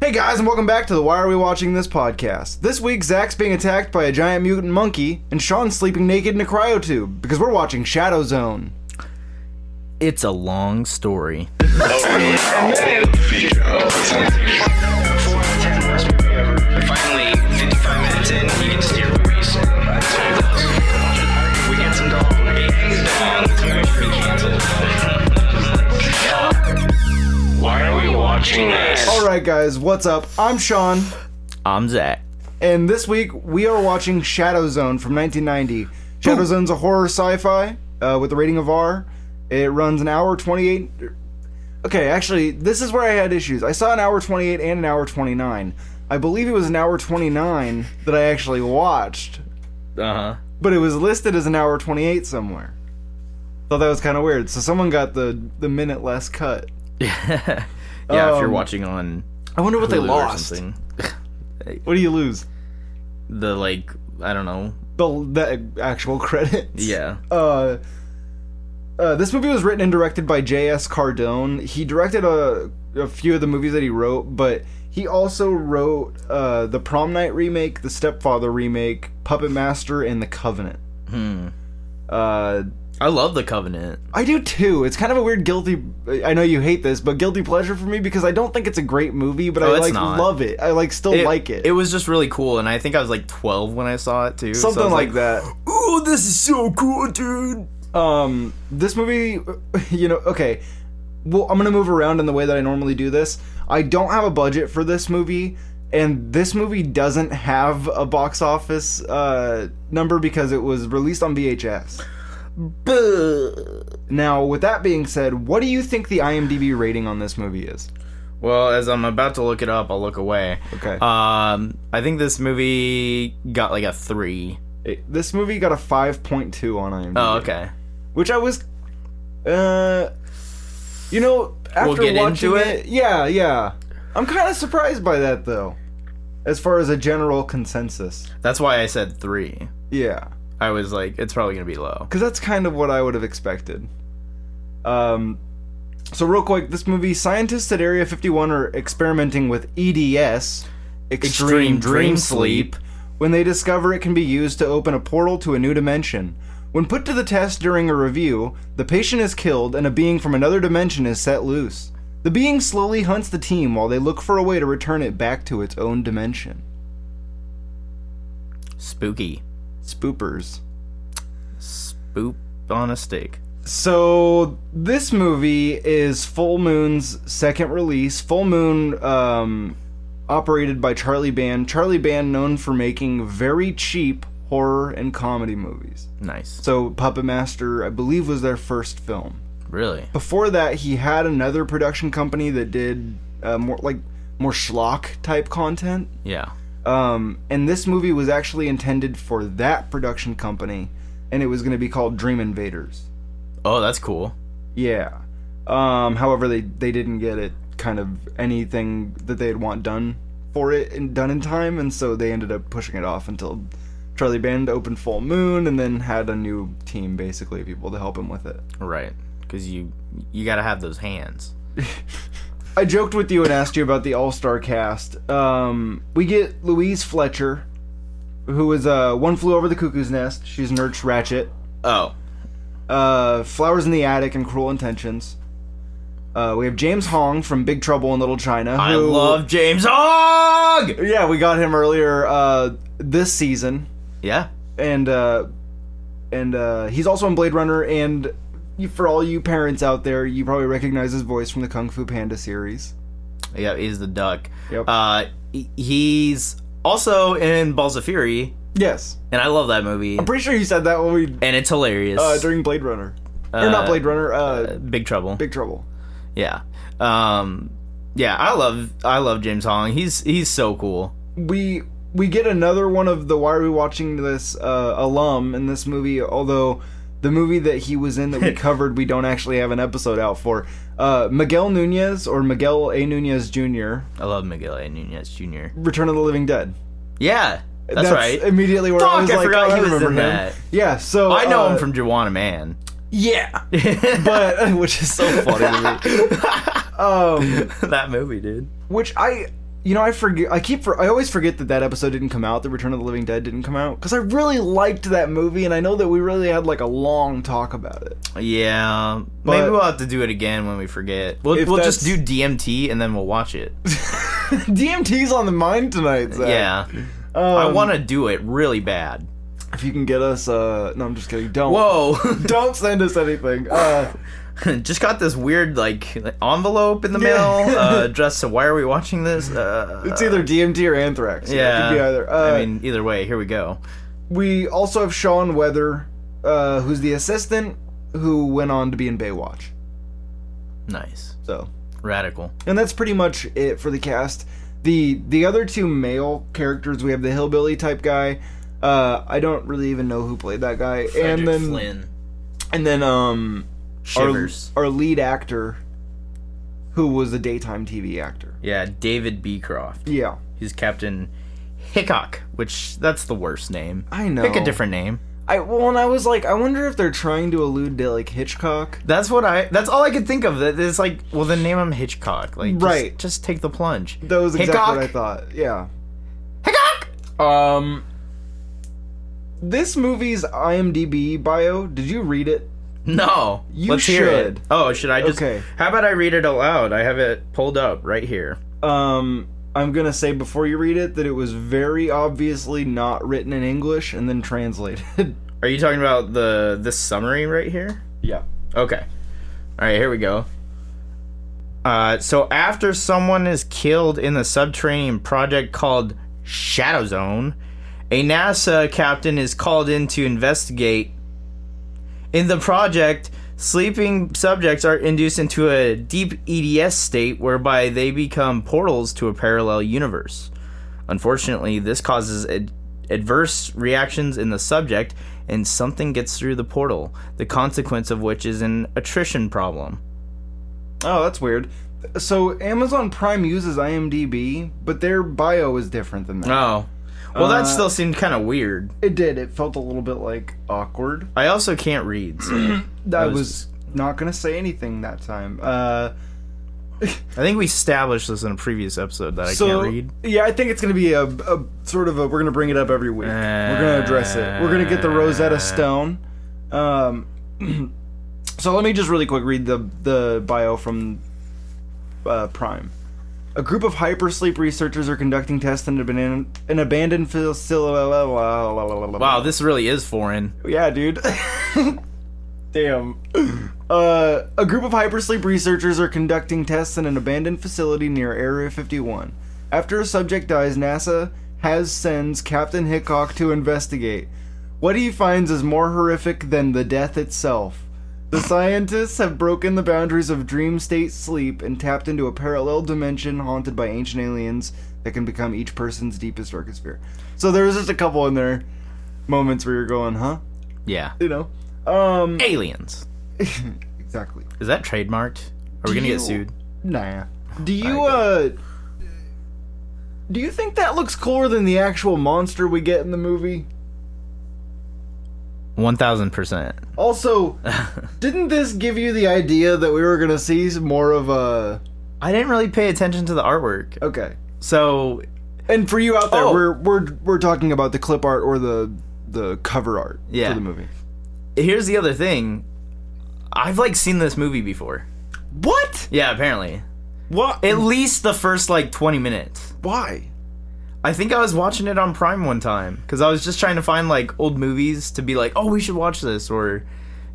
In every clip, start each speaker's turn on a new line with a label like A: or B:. A: Hey guys, and welcome back to the Why Are We Watching This podcast. This week, Zach's being attacked by a giant mutant monkey, and Sean's sleeping naked in a cryotube because we're watching Shadow Zone.
B: It's a long story.
C: Finally, 55 minutes in, he gets to race. I told us. We get some dog. Why are we watching this?
A: Alright, guys, what's up? I'm Sean,
B: I'm Zach.
A: and this week we are watching Shadow Zone from 1990. Shadow Zone's a horror sci fi uh, with a rating of R. It runs an hour 28. Okay, actually, this is where I had issues. I saw an hour 28 and an hour 29. I believe it was an hour 29 that I actually watched.
B: Uh huh.
A: but it was listed as an hour 28 somewhere. Thought that was kind of weird. So someone got the the minute less cut.
B: yeah, if you're
A: Um,
B: watching on
A: I wonder what they
B: Hulu or
A: lost.
B: something,
A: What do you lose?
B: the like I don't know.
A: The the actual credits.
B: Yeah,
A: Uh, uh, this movie was written and directed by J.S. Cardone. He directed a a few of the movies that he wrote, but he also wrote uh, the Prom Night remake, the Stepfather remake, Puppet Master, and The Covenant.
B: Hmm.
A: Uh,
B: I love the Covenant.
A: I do too. It's kind of a weird guilty. I know you hate this, but guilty pleasure for me because I don't think it's a great movie, but
B: Oh,
A: I
B: it's
A: like
B: not.
A: love it. I like still like it.
B: It was just really cool, and I think I was like 12 when I saw it too. so I
A: Something
B: was
A: like, that.
B: Oh, this is so cool, dude.
A: Um, this movie, you know, okay. Well, I'm gonna move around in the way that I normally do this. I don't have a budget for this movie, and this movie doesn't have a box office uh, number because it was released on VHS. Now, with that being said, what do you think the IMDb rating on this movie is?
B: Well, as I'm about to look it up, I'll look away.
A: Okay.
B: Um, I think this movie got like a three.
A: It- this movie got a 5.2 on IMDb.
B: Oh, okay.
A: Which I was, uh, you know, after
B: get into
A: watching
B: it?
A: it, yeah, yeah. I'm kind of surprised by that though, as far as a general consensus.
B: That's why I said three.
A: Yeah,
B: I was like, it's probably gonna be low.
A: because that's kind of what I would have expected. Um, so real quick, this movie, scientists at Area 51 are experimenting with E EDS,
B: Extreme Dream Sleep.
A: when they discover it can be used to open a portal to a new dimension. When put to the test during a review, the patient is killed and a being from another dimension is set loose. The being slowly hunts the team while they look for a way to return it back to its own dimension.
B: Spooky.
A: Spoopers.
B: Spoop on a stick.
A: So this movie is Full Moon's second release. Full Moon, um, operated by Charlie Band. Charlie Band, known for making very cheap horror and comedy movies.
B: Nice.
A: So Puppet Master, I believe, was their first film.
B: Really?
A: Before that, he had another production company that did uh, more like more schlock type content.
B: Yeah.
A: Um, and this movie was actually intended for that production company, and it was going to be called Dream Invaders.
B: Oh, that's cool.
A: Yeah. Um, however, they they didn't get it kind of anything that they'd want done for it and done in time, and so they ended up pushing it off until Charlie Band opened Full Moon and then had a new team basically of people to help him with it.
B: Right. Because you you gotta have those hands.
A: I joked with you and asked you about the All Star cast. Um, we get Louise Fletcher, who is uh, One Flew Over the Cuckoo's Nest. She's Nurse Ratchet.
B: Oh.
A: uh, Flowers in the Attic and Cruel Intentions. Uh, we have James Hong from Big Trouble in Little China.
B: I
A: who-
B: love James Hogg!
A: Yeah, we got him earlier uh, this season,
B: Yeah.
A: and uh, and uh, he's also in Blade Runner. And you, for all you parents out there, you probably recognize his voice from the Kung Fu Panda series.
B: Yeah, he's the duck.
A: Yep.
B: Uh he- he's also in Balls of Fury,
A: yes,
B: and I love that movie.
A: I'm pretty sure you said that when we
B: and it's hilarious.
A: uh, during Blade Runner, or not
B: Uh,
A: Blade Runner, uh,
B: Big Trouble.
A: Big Trouble.
B: yeah. Um yeah, I love I love James Hong. He's he's so cool.
A: we we get another one of the why are we watching this uh, alum in this movie although the movie that he was in that we covered we don't actually have an episode out for uh, miguel nunez or miguel a nunez jr
B: I love Miguel A. Nunez Jr.
A: return of the living dead
B: Yeah. That's, right.
A: immediately where i
B: Fuck,
A: was
B: I
A: like
B: forgot
A: oh,
B: he was
A: remember
B: in
A: him.
B: that.
A: yeah so
B: I know
A: uh,
B: him from Juana Man.
A: yeah
B: but
A: but which is so funny to me
B: that
A: um,
B: movie, dude.
A: which i you know, I forget. I keep. For, I always forget that that episode didn't come out. The Return of the Living Dead didn't come out because I really liked that movie, and I know that we really had like a long talk about it.
B: Yeah, maybe
A: But-
B: we'll have to do it again when we forget. We'll,
A: If
B: we'll just do
A: that's-
B: DMT and then we'll watch it.
A: DMT's on the mind tonight. Zach.
B: yeah,
A: Um,
B: I want to do it really bad.
A: If you can get us, uh, no, I'm just kidding. Don't.
B: Whoa,
A: Don't send us anything. Uh,
B: just got this weird like envelope in the
A: Yeah.
B: mail. Uh, just so why are we watching this? Uh,
A: it's either DMT or anthrax.
B: yeah.
A: It could be either. Uh,
B: I mean, either way, here we go.
A: we also have Sean Weather, uh, who's the assistant who went on to be in Baywatch.
B: Nice,
A: So,
B: radical.
A: and that's pretty much it for the cast. the The other two male characters, we have the hillbilly type guy. Uh, I don't really even know who played that guy, and then
B: Flynn
A: and then um our,
B: shivers.
A: our lead actor, who was a daytime TV actor.
B: yeah, David Beecroft.
A: Yeah,
B: He's Captain Hickok, which that's the worst name.
A: I know.
B: Pick a different name.
A: I well, and I was like, I wonder if they're trying to allude to like Hitchcock.
B: That's what I. That's all I could think of. That is like, well, then name him Hitchcock. Like, just-
A: Right.
B: Just, take the plunge.
A: That was exactly
B: Hickok?
A: what I thought. Yeah.
B: Hickok.
A: Um, this movie's IMDb bio. Did you read it?
B: No.
A: You
B: Let's hear it.
A: should.
B: Oh, should I just?
A: Okay.
B: How about I read it aloud? I have it pulled up right here.
A: Um, I'm gonna say before you read it that it was very obviously not written in English and then translated.
B: Are you talking about the this summary right here?
A: yeah.
B: Okay. All right, here we go. Uh, so after someone is killed in the subterranean project called Shadow Zone, a NASA captain is called in to investigate. In the project, sleeping subjects are induced into a deep EDS state whereby they become portals to a parallel universe. Unfortunately, this causes ad- adverse reactions in the subject, and something gets through the portal, the consequence of which is an attrition problem.
A: Oh, that's weird. So Amazon Prime uses IMDb, but their bio is different than that.
B: Oh. Well, that
A: Uh,
B: still seemed kind of weird.
A: It did. It felt a little bit like awkward.
B: I also can't read, so
A: I
B: was-
A: was not gonna say anything that time. Uh.
B: I think we established this in a previous episode that I
A: so
B: can't read.
A: yeah, I think it's going to be a, a sort of a. We're going to bring it up every week. we're going to address it. We're going to get the Rosetta Stone. Um, so let me just really quick read the the bio from uh, Prime. A group of hypersleep researchers are conducting tests in an, aban- an abandoned facility.
B: Wow, this really is foreign.
A: Yeah, dude. Damn. Uh, a group of hypersleep researchers are conducting tests in an abandoned facility near Area 51. After a subject dies, NASA has sends Captain Hickok to investigate. What he finds is more horrific than the death itself. The scientists have broken the boundaries of dream state sleep and tapped into a parallel dimension haunted by ancient aliens that can become each person's deepest darkest fear. So there was just a couple in there moments where you're going, huh?
B: Yeah.
A: You know? Um
B: Aliens.
A: Exactly.
B: Is that trademarked? Are we going to
A: you-
B: get sued?
A: Nah. Do you uh do you think that looks cooler than the actual monster we get in the movie?
B: 1000%.
A: Also, didn't this give you the idea that we were gonna see some more of a
B: I didn't really pay attention to the artwork.
A: okay?
B: So,
A: And for you out there,
B: Oh.
A: we're we're we're talking about the clip art or the the cover art
B: Yeah.
A: for the movie.
B: here's the other thing. I've like seen this movie before.
A: What?
B: Yeah, apparently.
A: What?
B: At least the first like 20 minutes.
A: Why?
B: I think I was watching it on Prime one time because I was just trying to find like old movies to be like, oh, we should watch this, or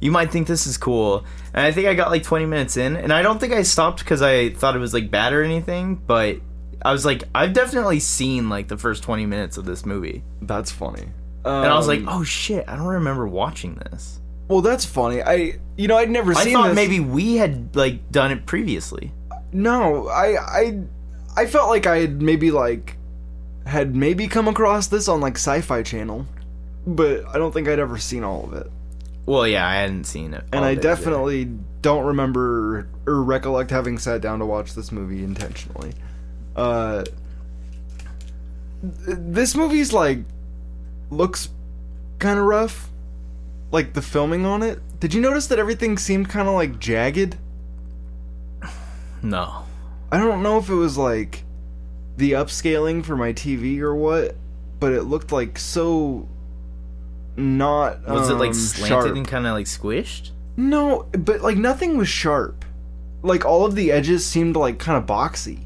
B: you might think this is cool. And I think I got like 20 minutes in, and I don't think I stopped because I thought it was like bad or anything, but I was like, I've definitely seen like the first 20 minutes of this movie.
A: That's funny.
B: And I was
A: Um,
B: like, oh shit, I don't remember watching this.
A: well, that's funny. I you know I'd never
B: I
A: seen
B: thought
A: this.
B: maybe we had like done it previously.
A: No, I I I felt like I had maybe like had maybe come across this on like Sci-Fi Channel, but I don't think I'd ever seen all of it.
B: Well, yeah, I hadn't seen it.
A: And
B: all
A: I
B: of it,
A: definitely don't remember or recollect having sat down to watch this movie intentionally. Uh th- this movie's like looks kind of rough like the filming on it. Did you notice that everything seemed kind of like jagged?
B: but- No.
A: I don't know if it was like the upscaling for my TV or what, but it looked like so not.
B: Was it
A: um,
B: like slanted
A: sharp.
B: and kind of like squished?
A: No, but like nothing was sharp. Like all of the edges seemed like kind of boxy.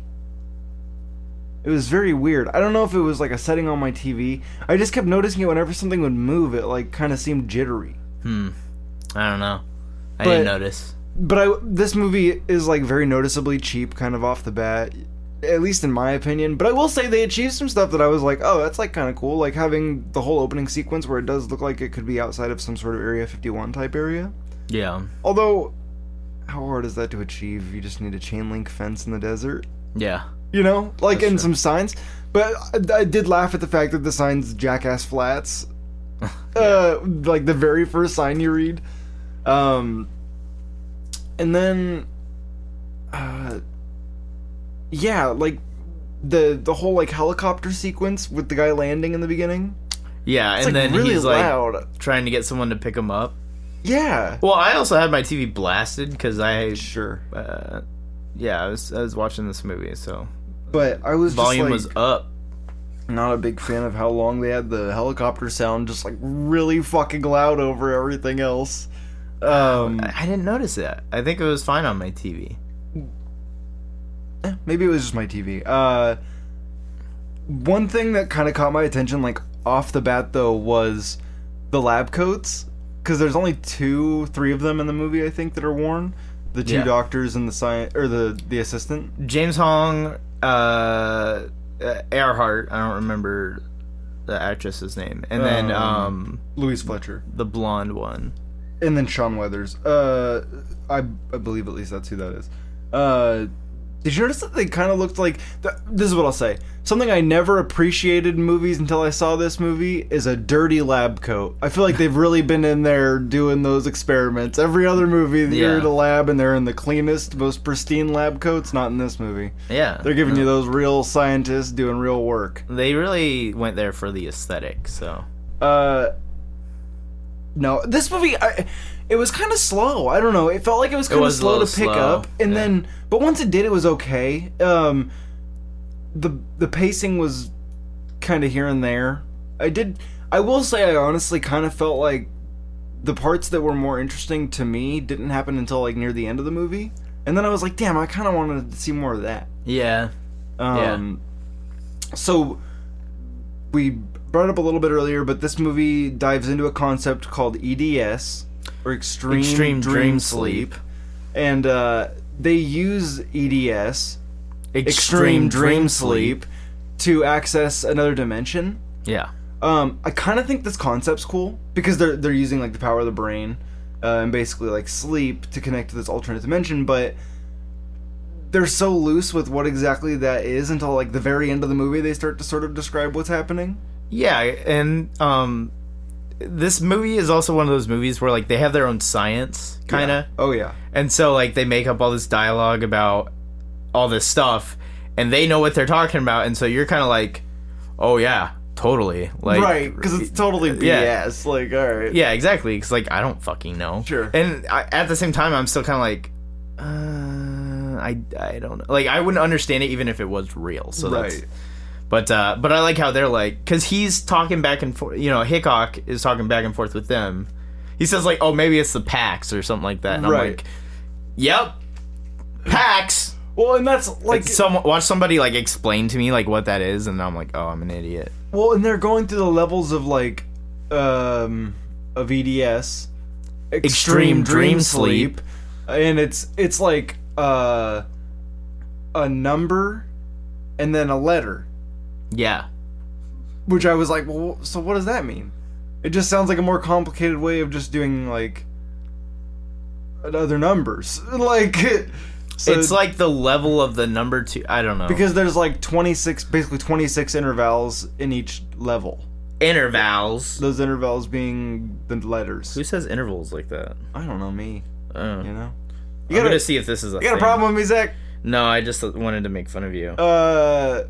A: It was very weird. I don't know if it was like a setting on my TV. I just kept noticing it whenever something would move, it like kind of seemed jittery.
B: Hmm. I don't know. I
A: But-
B: didn't notice.
A: But I this movie is like very noticeably cheap kind of off the bat, at least in my opinion. But I will say they achieved some stuff that I was like, "Oh, that's like kind of cool." Like having the whole opening sequence where it does look like it could be outside of some sort of Area 51 type area.
B: Yeah.
A: Although, how hard is that to achieve? You just need a chain link fence in the desert,
B: Yeah.
A: you know, like
B: That's
A: and
B: true.
A: some signs. But I, I did laugh at the fact that the signs jackass flats, uh, like the very first sign you read, um, and then, uh, yeah, like the the whole like helicopter sequence with the guy landing in the beginning.
B: Yeah.
A: It's
B: and
A: like
B: then
A: really
B: he's
A: loud.
B: like trying to get someone to pick him up.
A: yeah.
B: Well, I also had my TV blasted because I,
A: Sure.
B: uh, yeah, I was I was watching this movie, so
A: But I was
B: volume
A: just
B: was
A: like,
B: up.
A: not a big fan of how long they had the helicopter sound just like really fucking loud over everything else. Um,
B: I I didn't notice that. I think it was fine on my TV.
A: eh, maybe it was just my TV. Uh, one thing that kind of caught my attention, like off the bat though, was the lab coats because there's only two, three of them in the movie I think that are worn. The two
B: Yeah.
A: doctors and the science or the the assistant.
B: James Hong, uh, uh, Earhart. I don't remember the actress's name, and then
A: Um,
B: um,
A: Louise Fletcher
B: the blonde one.
A: and then Sean Weathers. Uh, I, I believe at least that's who that is. Uh, did you notice that they kind of looked like? Th- this is what I'll say. Something I never appreciated in movies until I saw this movie is a dirty lab coat. I feel like they've really been in there doing those experiments. Every other movie, you're
B: Yeah.
A: in a lab and they're in the cleanest, most pristine lab coats. Not in this movie.
B: Yeah,
A: They're giving you those real scientists doing real work.
B: They really went there for the aesthetic. So
A: Uh, no, this movie, I, it was kind of slow. I don't know. It felt like it was kind of
B: was a
A: slow to
B: little
A: pick
B: slow,
A: up, and
B: yeah.
A: then, but once it did, it was okay. Um, the the pacing was kind of here and there. I did. I will say, I honestly kind of felt like the parts that were more interesting to me didn't happen until like near the end of the movie, and then I was like, damn, I kind of wanted to see more of that.
B: yeah,
A: Um, So we brought up a little bit earlier, but this movie dives into a concept called EDS or extreme,
B: Extreme
A: dream,
B: Dream
A: sleep,
B: Sleep.
A: and uh, they use EDS,
B: extreme,
A: extreme dream sleep, to access another dimension.
B: Yeah,
A: Um, I kind of think this concept's cool because they're they're using like the power of the brain uh, and basically like sleep to connect to this alternate dimension, but they're so loose with what exactly that is until like the very end of the movie they start to sort of describe what's happening.
B: yeah, and um, this movie is also one of those movies where like they have their own science, kind of.
A: Oh yeah.
B: And so like they make up all this dialogue about all this stuff and they know what they're talking about and so you're kind of like, "Oh yeah, totally." Like
A: Right, 'cause right, because it's totally BS.
B: Yeah.
A: Like, all right.
B: Yeah, exactly. Cuz like I don't fucking know.
A: Sure.
B: And I, at the same time I'm still kind of like uh, I I don't know. Like I wouldn't understand it even if it was real. So that's
A: Right.
B: but uh but I like how they're like cuz he's talking back and forth, you know, Hickok is talking back and forth with them. He says like, "Oh, maybe it's the Pax or something like that." And
A: Right.
B: I'm like, "Yep. Pax."
A: Well, and that's like,
B: like some watch somebody like explain to me like what that is and i'm like oh i'm an idiot
A: well, and they're going through the levels of like, um, of EDS,
B: Extreme dream sleep.
A: and it's it's like uh, a number, and then a letter,
B: yeah
A: which I was like, well, so what does that mean? It just sounds like a more complicated way of just doing like other numbers, like. So
B: it's like the level of the number two i don't know
A: because there's like 26 basically 26 intervals in each level
B: intervals
A: those intervals being the letters
B: who says intervals like that
A: i don't know me
B: oh.
A: you know you
B: you
A: got,
B: i'm
A: a,
B: gonna see if this is a,
A: you got a
B: thing.
A: problem with me zach
B: no i just wanted to make fun of you
A: uh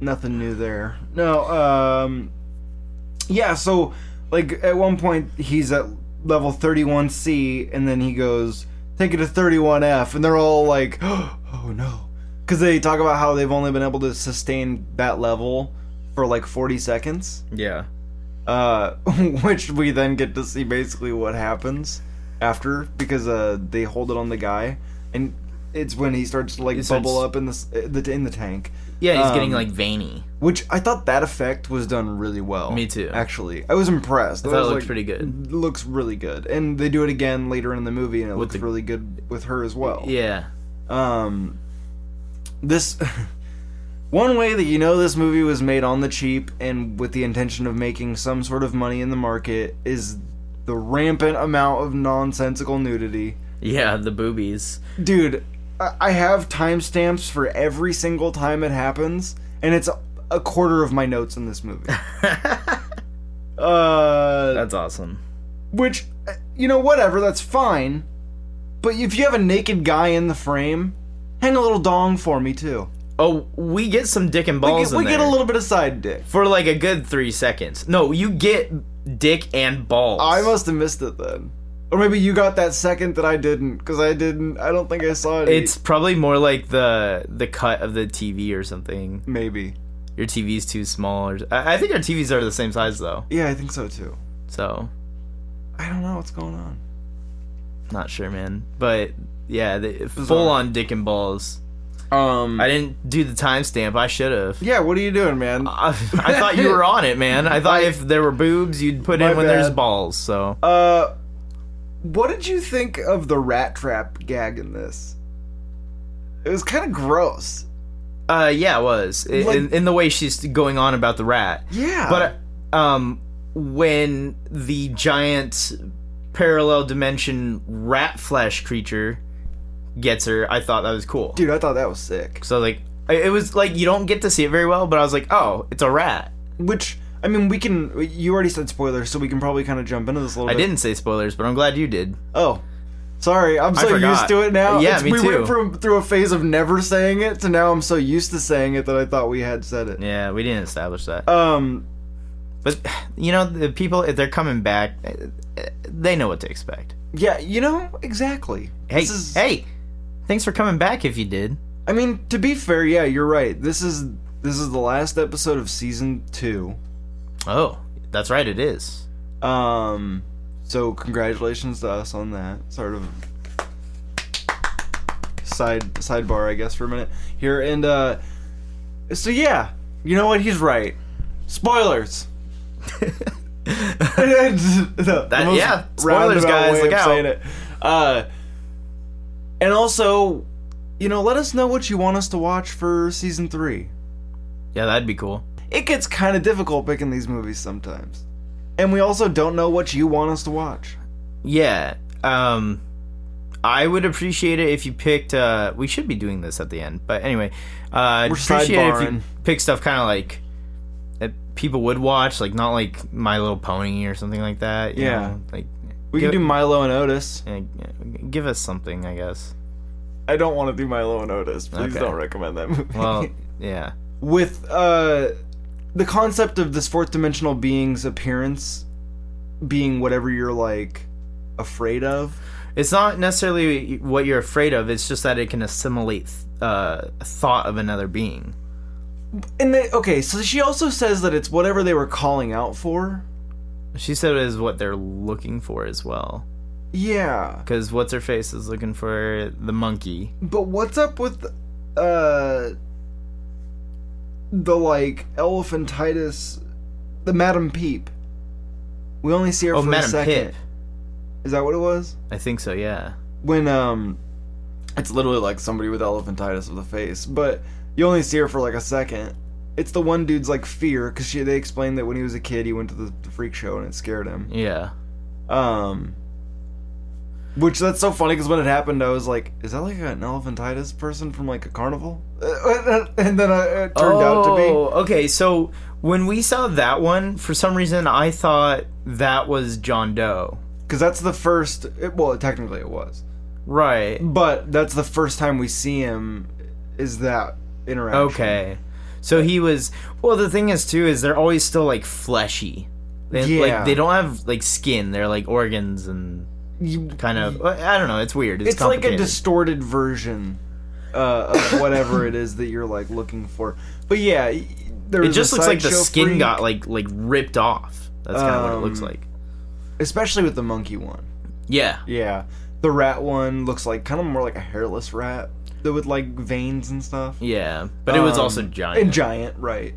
A: nothing new there no um yeah so like at one point he's at level 31c and then he goes take it to 31f and they're all like oh no because they talk about how they've only been able to sustain that level for like 40 seconds,
B: Yeah.
A: uh, which we then get to see basically what happens after because uh, they hold it on the guy, and it's when he starts to like
B: It starts-
A: bubble up in the, s- uh, the in the tank.
B: Yeah, he's getting
A: Um,
B: like veiny.
A: Which I thought that effect was done really well.
B: Me too.
A: Actually, I was impressed. I
B: thought it
A: was
B: looked pretty good.
A: Looks really good, and they do it again later in the movie, and it looks
B: the-
A: really good with her as well.
B: Yeah.
A: Um, this one way that you know this movie was made on the cheap and with the intention of making some sort of money in the market is the rampant amount of nonsensical nudity.
B: Yeah, the boobies.
A: Dude, I I have timestamps for every single time it happens, and it's a quarter of my notes in this movie. uh,
B: That's awesome.
A: which, you know, whatever, that's fine. But if you have a naked guy in the frame, hang a little dong for me too.
B: Oh, we get some dick and
A: We
B: balls
A: get, we
B: in
A: get
B: there
A: a little bit of side dick.
B: for like a good three seconds. No, you get dick and balls.
A: I must have missed it then, or maybe you got that second that I didn't, because I didn't. I don't think I saw it.
B: It's probably more like the the cut of the TV or something.
A: maybe.
B: Your TV's too small. Or I, I think our TVs are the same size though,
A: Yeah, I think so too.
B: so
A: I don't know what's going on.
B: not sure, man. But yeah, the, full on dick and balls.
A: Um.
B: I didn't do the timestamp. I should have.
A: yeah, what are you doing, man?
B: I, I thought you were on it, man. I thought
A: I-
B: if there were boobs, you'd put
A: My
B: in when there's
A: bad.
B: balls. So
A: Uh, what did you think of the rat trap gag in this? It was kind of gross.
B: Uh, yeah, it was in,
A: Like-
B: in, in the way she's going on about the rat.
A: Yeah,
B: But um, when the giant parallel dimension rat flesh creature gets her, I thought that was cool.
A: dude, I thought that was sick.
B: So like, it it was like you don't get to see it very well, but I was like, oh, it's a rat.
A: Which I mean, we can. You already said spoilers, so we can probably kind of jump into this a little
B: I
A: bit.
B: didn't say spoilers, but I'm glad you did.
A: Oh. Sorry, I'm so
B: forgot.
A: used to it now.
B: Yeah, me
A: we
B: too.
A: went from through a phase of never saying it to now I'm so used to saying it that I thought we had said it.
B: Yeah, we didn't establish that.
A: Um,
B: but you know, the people if they're coming back, eh, they know what to expect.
A: yeah, you know exactly.
B: Hey,
A: This is-
B: hey, thanks for coming back. If you did.
A: I mean, to be fair, yeah, you're right. This is this is the last episode of season two.
B: Oh, that's right. It is.
A: Um, so congratulations to us on that. Sort of side sidebar, I guess, for a minute here. And uh, so yeah, you know what? He's right. Spoilers. The- the
B: That-
A: most
B: yeah, spoilers,
A: roundabout
B: guys,
A: way
B: look
A: of
B: out.
A: saying it. Uh, and also, you know, let us know what you want us to watch for season three.
B: Yeah, that'd be cool.
A: It gets kind of difficult picking these movies sometimes, and we also don't know what you want us to watch.
B: Yeah. Um I would appreciate it if you picked uh we should be doing this at the end. But anyway, uh I'd
A: We're
B: appreciate it if you
A: sidebarring.
B: pick stuff kind of like that people would watch, like not like My Little Pony or something like that. you
A: Yeah.
B: know, Like
A: We
B: give,
A: can do Milo and Otis.
B: uh, give us something, I guess.
A: I don't want to do Milo and Otis. Please
B: Okay.
A: don't recommend that movie.
B: Well, yeah.
A: With uh, the concept of this fourth dimensional being's appearance being whatever you're like afraid of.
B: It's not necessarily what you're afraid of, it's just that it can assimilate uh thought of another being.
A: And they okay, so she also says that it's whatever they were calling out for.
B: She said it is what they're looking for as well.
A: Yeah.
B: Because what's her face is looking for the monkey.
A: But what's up with uh the like elephantitis the Madam Peep? We only see her
B: Oh,
A: for a
B: Madam
A: second.
B: Pip.
A: Is that what it was?
B: I think so. Yeah.
A: when um it's literally like somebody with elephantitis of the face but you only see her for like a second it's the one dude's like fear because they explained that when he was a kid he went to the, the freak show and it scared him
B: Yeah.
A: um which that's so funny because when it happened i was like is that like an elephantitis person from like a carnival and then I, it turned out to
B: Oh, okay. So when we saw that one, for some reason, I thought that was John Doe.
A: be because that's the first it, well technically it was
B: Right.
A: but that's the first time we see him is that interaction
B: Okay. So he was. Well, the thing is, too, is they're always still like fleshy. They,
A: Yeah.
B: Like they don't have like skin. They're like organs and
A: You-
B: kind of. I don't know. It's weird. It's,
A: it's like a
B: complicated.
A: distorted version uh, of whatever it is that you're like looking for. But yeah, y- there
B: It
A: was a
B: just looks like the
A: sideshow
B: skin
A: freak,
B: got like like ripped off. That's kind of what it looks
A: Um,
B: like.
A: especially with the monkey one.
B: Yeah.
A: Yeah, the rat one looks like kind of more like a hairless rat that with like veins and stuff.
B: Yeah. But it was
A: Um,
B: also giant.
A: And giant, right?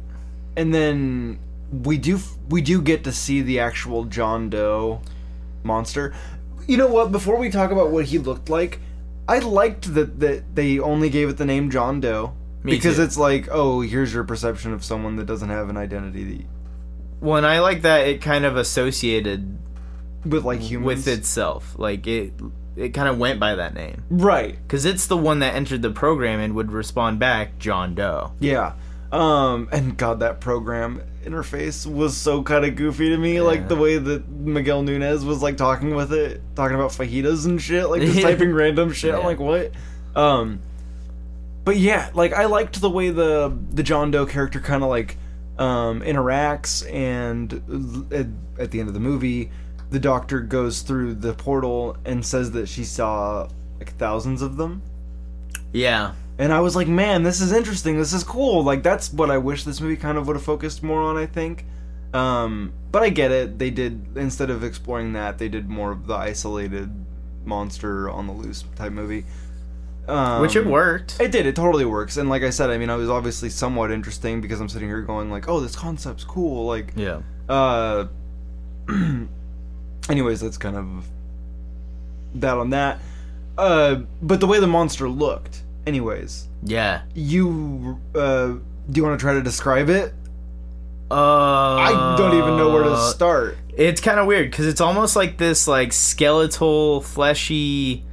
A: And then we do we do get to see the actual John Doe monster. You know what? Before we talk about what he looked like, I liked that that they only gave it the name John Doe
B: Me
A: because
B: too.
A: it's like, oh, here's your perception of someone that doesn't have an identity that you-
B: well, and I like that it kind of associated
A: Mm-hmm. with like humans.
B: with itself. Like it it kind of went by that name.
A: right?
B: Cuz it's the one that entered the program and would respond back John Doe.
A: Yeah. Um, and God, that program interface was so kind of goofy to me. Like the way that Miguel Nunez was like talking with it, talking about fajitas and shit, like just
B: Yeah.
A: typing random shit. I'm
B: Yeah.
A: like, what? Um, but yeah, like I liked the way the the John Doe character kind of like um, interacts, and l- at, at the end of the movie, the doctor goes through the portal and says that she saw like thousands of them.
B: Yeah.
A: And I was like, man, this is interesting. This is cool. Like that's what I wish this movie kind of would have focused more on. I think, um, but I get it. They did instead of exploring that, they did more of the isolated monster on the loose type movie, um,
B: Which it worked.
A: It did. It totally works. And like I said, I mean, I was obviously somewhat interesting because I'm sitting here going like, oh, this concept's cool. Like,
B: yeah.
A: uh, anyways, that's kind of that on that. Uh, but the way the monster looked, anyways,
B: Yeah.
A: you uh, do you want to try to describe it?
B: Uh
A: I don't even know where to start.
B: It's kind of weird cuz it's almost like this like skeletal fleshy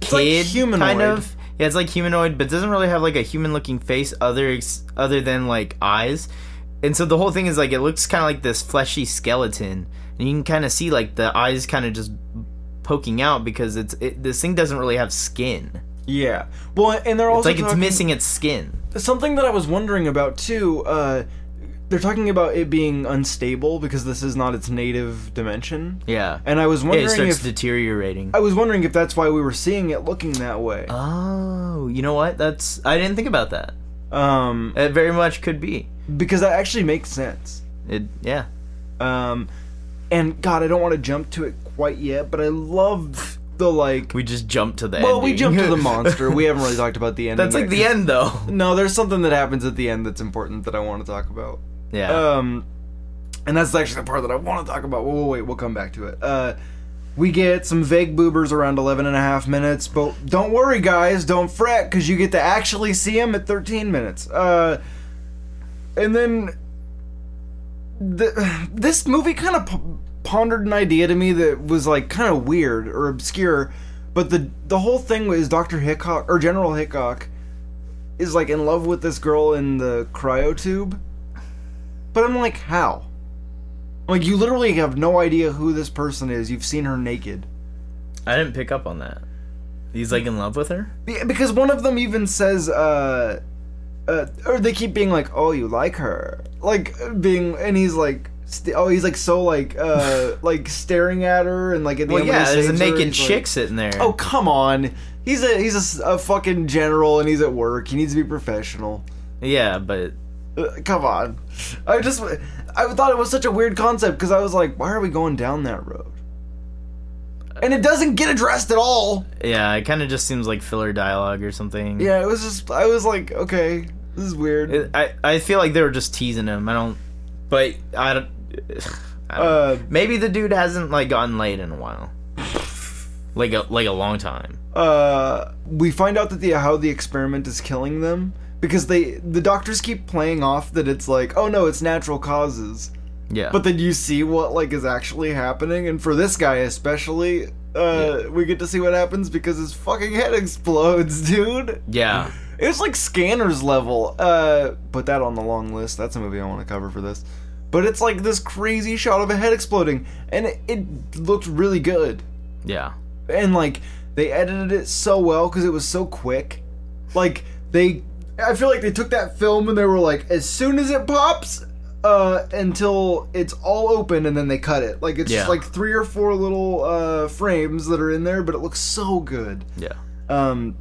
B: kid
A: like humanoid.
B: kind of. Yeah, it's like humanoid, but doesn't really have like a human-looking face other ex- other than like eyes. And so the whole thing is like it looks kind of like this fleshy skeleton, and you can kind of see like the eyes kind of just poking out because it's it, this thing doesn't really have skin.
A: Yeah. Well, and they're
B: It's
A: also
B: like it's
A: talking-
B: missing its skin.
A: something that I was wondering about too. Uh, they're talking about it being unstable because this is not its native dimension,
B: Yeah,
A: and I was
B: Yeah, it
A: wondering
B: starts
A: if
B: deteriorating.
A: I was wondering if that's why we were seeing it looking that way.
B: Oh, you know what? That's I didn't think about that.
A: Um,
B: It very much could be.
A: because that actually makes sense.
B: It yeah.
A: Um, and God, I don't want to jump to it quite yet, but I love the like.
B: We just jumped to the
A: well, we
B: ending.
A: jumped to the monster. We haven't really talked about the end.
B: That's like the end though.
A: No, there's something that happens at the end that's important that I want to talk about.
B: Yeah.
A: Um, and that's actually the part that I want to talk about. Whoa, whoa, wait, we'll come back to it. Uh, we get some vague boobers around 11 and a half minutes, but don't worry, guys, don't fret, because you get to actually see them at 13 minutes. Uh, and then the, this movie kind of p- pondered an idea to me that was like kind of weird or obscure, but the the whole thing was Dr. Hickok or General Hickok is like in love with this girl in the cryo tube. But I'm like, how? Like you literally have no idea who this person is. You've seen her naked.
B: I didn't pick up on that. He's like in love with her.
A: Be- Because one of them even says uh uh, or they keep being like, "Oh, you like her," like being, and he's like, st- "Oh, he's like so like, uh, like staring at her and like at the
B: Well,
A: end when
B: yeah,
A: he
B: there's a
A: saves her,
B: naked
A: he's like-
B: chick sitting there.
A: oh, come on, he's a he's a s- a, fucking general and he's at work. He needs to be professional.
B: yeah, but
A: Uh, come on, I just I thought it was such a weird concept because I was like, why are we going down that road? And it doesn't get addressed at all.
B: yeah, it kind of just seems like filler dialogue or something.
A: Yeah, it was just I was like, okay, this is weird.
B: It- I I feel like they were just teasing him. I don't, but I don't. I don't
A: Uh,
B: Maybe the dude hasn't like gotten laid in a while, like a like a long time.
A: uh, we find out that the how the experiment is killing them because they the doctors keep playing off that it's like oh no it's natural causes
B: Yeah,
A: but then you see what like is actually happening and for this guy especially uh we get to see what happens because his fucking head explodes dude
B: yeah,
A: it's like scanners level uh put that on the long list that's a movie i want to cover for this but it's like this crazy shot of a head exploding and it, it looked really good
B: yeah,
A: and like they edited it so well because it was so quick. Like they, I feel like they took that film and they were like, as soon as it pops, uh, until it's all open, and then they cut it. Like it's just
B: Yeah.
A: like three or four little uh, frames that are in there, but it looks so good.
B: yeah.
A: Um,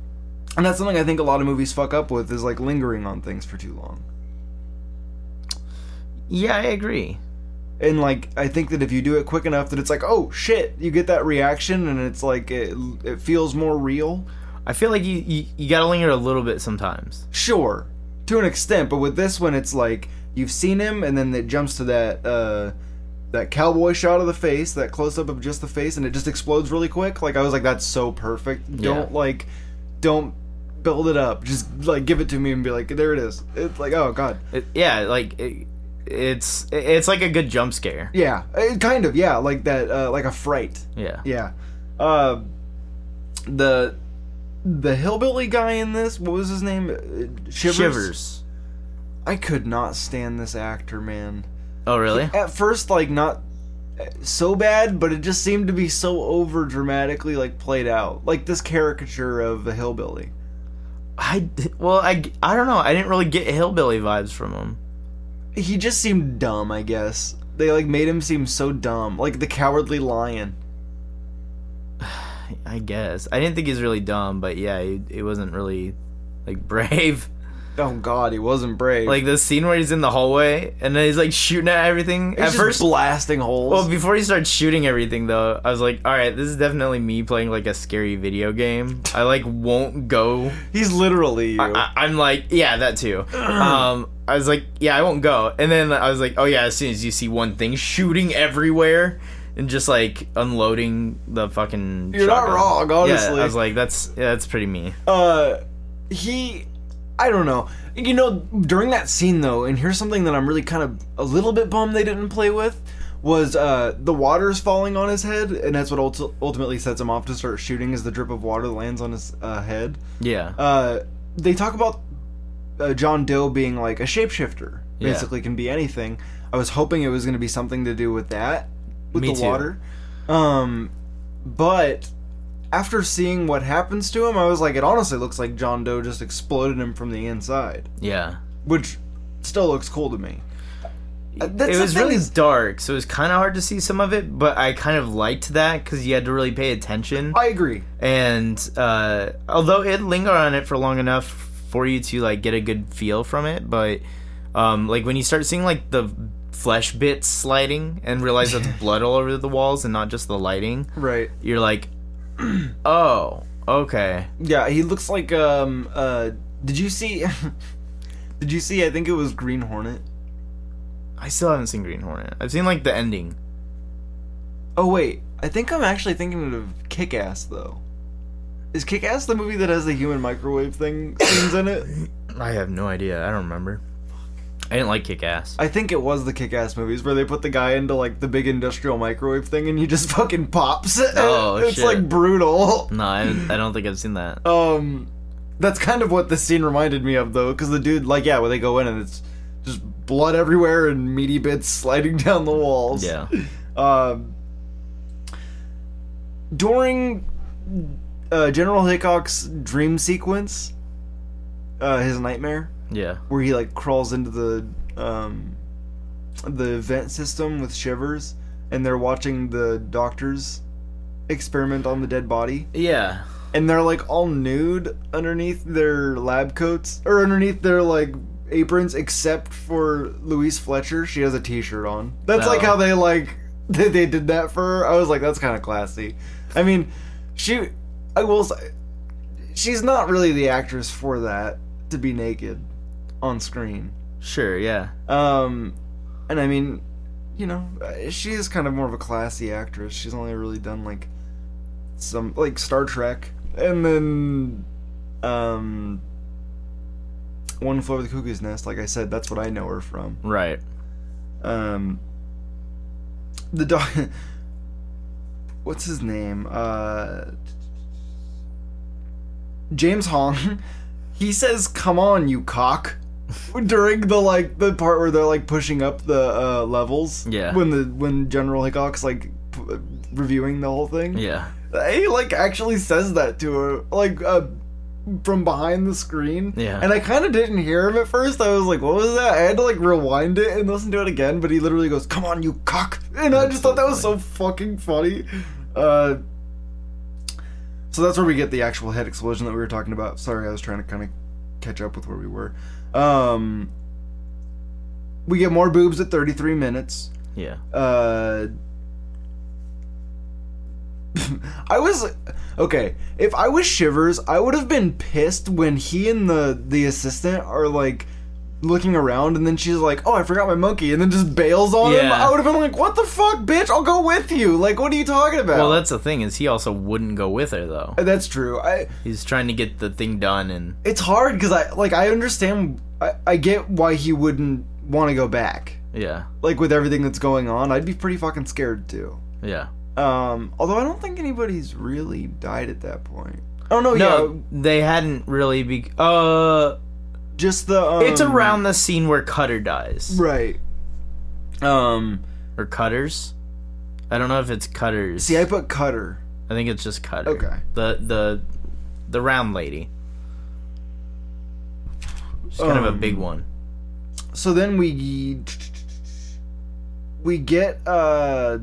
A: And that's something I think a lot of movies fuck up with is like lingering on things for too long.
B: Yeah, I agree.
A: And like I think that if you do it quick enough that it's like, "Oh shit," you get that reaction and it's like it, it feels more real.
B: I feel like you, you, you gotta linger a little bit sometimes.
A: Sure, to an extent, but with this one it's like you've seen him and then it jumps to that uh that cowboy shot of the face, that close up of just the face and it just explodes really quick. Like I was like that's so perfect. Don't
B: Yeah.
A: like don't build it up. Just like give it to me and be like, "There it is." It's like, "Oh god."
B: It- yeah, like it, it's it's like a good jump scare.
A: Yeah, eh, kind of. Yeah, like that, uh, like a fright.
B: Yeah.
A: Yeah. Uh, the the hillbilly guy in this, what was his name? Uh, Shivers.
B: Shivers.
A: I could not stand this actor, man.
B: Oh really?
A: At first, like not eh, so bad, but it just seemed to be so over dramatically, like played out, like this caricature of a hillbilly.
B: I d- well I I don't know. I didn't really get hillbilly vibes from him.
A: He just seemed dumb, I guess. They like made him seem so dumb, like the cowardly lion.
B: I- I guess I didn't think he's really dumb, but yeah, he, he wasn't really like brave.
A: Oh God, he wasn't brave.
B: Like the scene where he's in the hallway and then he's like shooting at everything.
A: He's
B: at
A: just
B: first,
A: blasting holes.
B: well, before he starts shooting everything though, I was like, all right, this is definitely me playing like a scary video game. I like won't go
A: He's literally you.
B: I, I- I'm like, yeah, that too. Um, I was like, yeah, I won't go. And then I was like, oh yeah, as soon as you see one thing shooting everywhere and just like unloading the fucking.
A: You're not
B: shotgun.
A: wrong, honestly.
B: Yeah, I was like, that's yeah, that's pretty me.
A: uh, he, I don't know. You know, during that scene though, and here's something that I'm really kind of a little bit bummed they didn't play with was uh the water's falling on his head, and that's what ult- ultimately sets him off to start shooting is the drip of water that lands on his uh, head.
B: Yeah,
A: Uh, they talk about uh, John Doe being like a shapeshifter,
B: Yeah.
A: basically can be anything. I was hoping it was going to be something to do with that, with
B: Me
A: the
B: too.
A: water. Um, but after seeing what happens to him, I was like, it honestly looks like John Doe just exploded him from the inside,
B: yeah.
A: which still looks cool to me. Uh, that's
B: it
A: the
B: was
A: thing
B: really
A: is-
B: dark, so it was kind of hard to see some of it, but I kind of liked that because you had to really pay attention.
A: I agree.
B: and uh, although it lingered on it for long enough for you to like get a good feel from it but um, like when you start seeing like the flesh bits sliding and realize that's blood all over the walls and not just the lighting
A: Right.
B: you're like oh okay
A: Yeah, he looks like um uh did you see did you see I think it was Green Hornet?
B: i still haven't seen green hornet i've seen like the ending
A: Oh wait, I think I'm actually thinking of Kick Ass though. Is Kick Ass the movie that has the human microwave thing scenes in it?
B: i have no idea i don't remember i didn't like kick-ass
A: I think it was the Kick Ass movies where they put the guy into like the big industrial microwave thing and he just fucking pops.
B: Oh,
A: it's
B: shit. Hmm.
A: like brutal.
B: no I, I don't think i've seen that
A: Um, that's kind of what this scene reminded me of though, because the dude like yeah, when they go in and it's just blood everywhere and meaty bits sliding down the walls.
B: yeah
A: Um, during uh, General Hickok's dream sequence, uh, his nightmare,
B: yeah
A: where he like crawls into the um, the vent system with shivers, and they're watching the doctors experiment on the dead body,
B: yeah
A: and they're like all nude underneath their lab coats or underneath their like aprons, except for Louise Fletcher. She has a T-shirt on. That's like
B: Oh.
A: how they like they, they did that for her. I was like, that's kind of classy. I mean, she, I will say, she's not really the actress for that to be naked on screen.
B: sure yeah
A: Um, and I mean, you know, uh, she is kind of more of a classy actress. She's only really done like some like Star Trek, and then um, One Flew Over the Cuckoo's Nest. Like I said, that's what I know her from.
B: right
A: Um, the doc. What's his name? Uh, James Hong. He says, "Come on, you cock." During the like the part where they're like pushing up the uh, levels,
B: Yeah.
A: When the when General Hickok's like p- reviewing the whole thing,
B: yeah
A: he like actually says that to her, like uh, from behind the screen.
B: Yeah.
A: And I kind of didn't hear him at first. I was like, "What was that?" I had to like rewind it and listen to it again. But he literally goes, "Come on, you cock!" And I
B: That's
A: just thought
B: so
A: that was so fucking funny. Uh, So that's where we get the actual head explosion that we were talking about. Sorry, I was trying to kind of catch up with where we were. Um, we get more boobs at 33 minutes.
B: Yeah.
A: Uh, I was okay. If I was Shivers, I would have been pissed when he and the the assistant are like looking around, and then she's like, "Oh, I forgot my monkey," and then just bails on him.
B: Yeah.
A: I would have been like, "What the fuck, bitch? I'll go with you." Like, what are you talking about? Uh,
B: Well, that's the thing is he also wouldn't go with her though.
A: that's true. I
B: He's trying to get the thing done and
A: it's hard because I like I understand. I, I get why he wouldn't want to go back.
B: yeah,
A: Like with everything that's going on, I'd be pretty fucking scared too.
B: yeah.
A: Um, although I don't think anybody's really died at that point. Oh no, yeah,
B: No, they hadn't really be. Uh,
A: just the. Um,
B: it's around the scene where Cutter dies
A: right. Um,
B: or Cutters. I don't know if it's Cutters.
A: see, I put Cutter.
B: I think it's just Cutter.
A: Okay.
B: The the the round lady. She's kind of a
A: Um,
B: big one.
A: So then we we get uh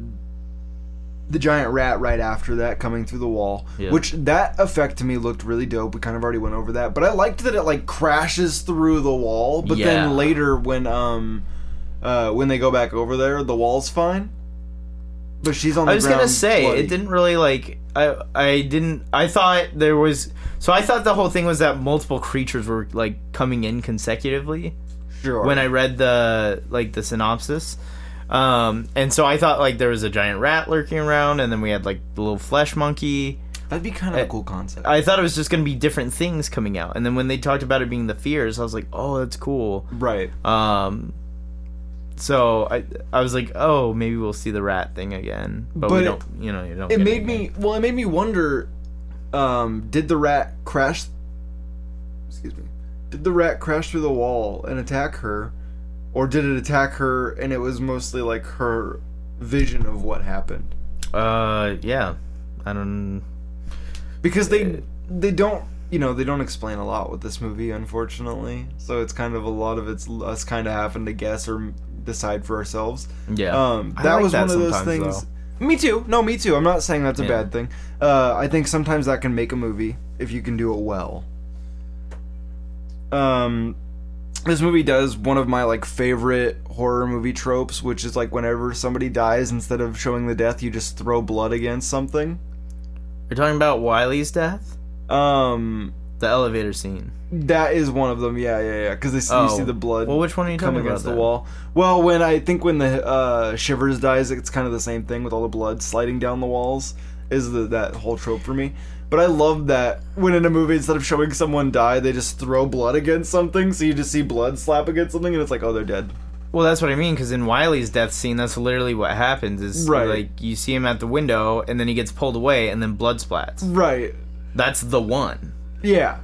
A: the giant rat right after that coming through the wall,
B: Yeah.
A: which that effect to me looked really dope. We kind of already went over that, but I liked that it like crashes through the wall. But
B: Yeah.
A: then later when um uh when they go back over there, the wall's fine. But she's on.
B: I
A: the
B: was gonna
A: ground
B: say
A: bloody.
B: it didn't really like I I didn't I thought there was so I thought the whole thing was that multiple creatures were like coming in consecutively
A: Sure.
B: when I read the like the synopsis. Um and so I thought like there was a giant rat lurking around and then we had like the little flesh monkey.
A: That'd be kind of
B: I-
A: a cool concept.
B: I thought it was just going to be different things coming out. And then when they talked about it being the fears, I was like, "Oh, that's cool."
A: right.
B: Um so I I was like, "Oh, maybe we'll see the rat thing again." But,
A: But
B: we
A: it-
B: don't, you know, you don't
A: It
B: get
A: made me well. It made me wonder. Um, did the rat crash? Excuse me. Did the rat crash through the wall and attack her, or did it attack her and it was mostly like her vision of what happened?
B: Uh, yeah. I don't.
A: Because they they don't you know they don't explain a lot with this movie unfortunately. So it's kind of a lot of it's us kind of having to guess or decide for ourselves.
B: Yeah.
A: Um,
B: I
A: that
B: like
A: was one of those
B: sometimes,
A: things.
B: though.
A: Me too. No, me too. I'm not saying that's a
B: Yeah.
A: bad thing. Uh, I think sometimes that can make a movie if you can do it well. Um, this movie does one of my like favorite horror movie tropes, which is like whenever somebody dies, instead of showing the death, you just throw blood against something.
B: You're talking about Wiley's death,
A: Um,
B: the elevator scene.
A: that is one of them. Yeah, yeah, yeah. Because
B: Oh.
A: you see the blood.
B: Well, which one are you talking
A: come
B: about?
A: against the
B: then?
A: wall. Well, when I think when the uh, shivers dies, it's kind of the same thing with all the blood sliding down the walls. Is the, that whole trope for me? But I love that when in a movie, instead of showing someone die, they just throw blood against something, so you just see blood slap against something, and it's like, oh, they're dead.
B: Well, that's what I mean. Because in Wiley's death scene, that's literally what happens. Is
A: Right.
B: like you see him at the window, and then he gets pulled away, and then blood splats.
A: Right?
B: That's the one.
A: Yeah.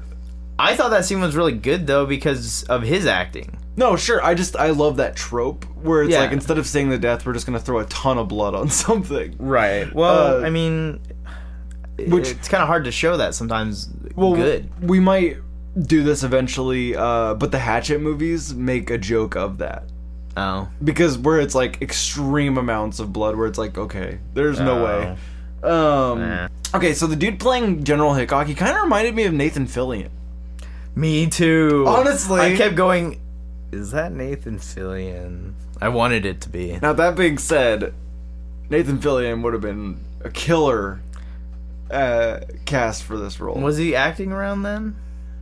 B: I thought that scene was really good though because of his acting.
A: No, sure. I just I love that trope where it's
B: Yeah.
A: like instead of seeing the death, we're just gonna throw a ton of blood on something.
B: Right. Well,
A: Uh,
B: I mean,
A: which-
B: it's kind of hard to show that sometimes.
A: well,
B: good.
A: We might do this eventually, uh, but the Hatchet movies make a joke of that.
B: Oh.
A: because where it's like extreme amounts of blood where it's like okay there's no
B: Oh.
A: way um
B: Eh.
A: okay so the dude playing general hickok he kind of reminded me of nathan fillion
B: Me too.
A: Honestly.
B: I kept going. Is that Nathan Fillion? I wanted it to be.
A: now that being said nathan fillion would have been a killer uh cast for this role
B: Was he acting around then?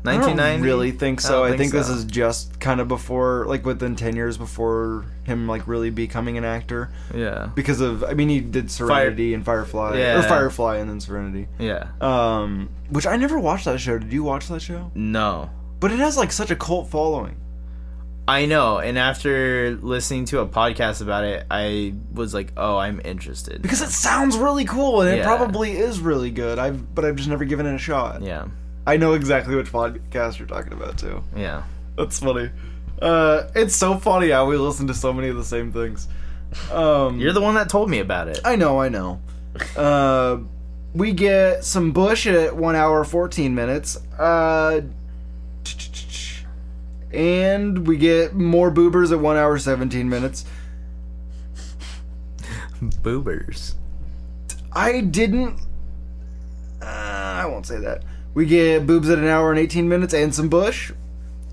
A: I don't
B: 1990.
A: really think so. I,
B: don't
A: think, this
B: so.
A: is just kind of before, like within ten years before him, like really becoming an actor.
B: Yeah.
A: Because of, I mean, he did Serenity and Firefly, or
B: Yeah.
A: Firefly and then Serenity.
B: Yeah.
A: Um, which I never watched that show. Did you watch that show?
B: No.
A: But it has like such a cult following.
B: I know. And after listening to a podcast about it, I was like, "Oh, I'm interested."
A: Because it sounds really cool and it
B: Yeah.
A: probably is really good. I've but I've just never given it a shot.
B: Yeah.
A: I know exactly which podcast you're talking about too.
B: Yeah.
A: That's funny. Uh it's so funny how we listen to so many of the same things. Um
B: You're the one that told me about it.
A: I know, I know. Uh we get some bush at one hour fourteen minutes. Uh and we get more boobers at one hour seventeen minutes.
B: Boobers.
A: I didn't. Uh, I won't say that. We get boobs at an hour and 18 minutes and some bush.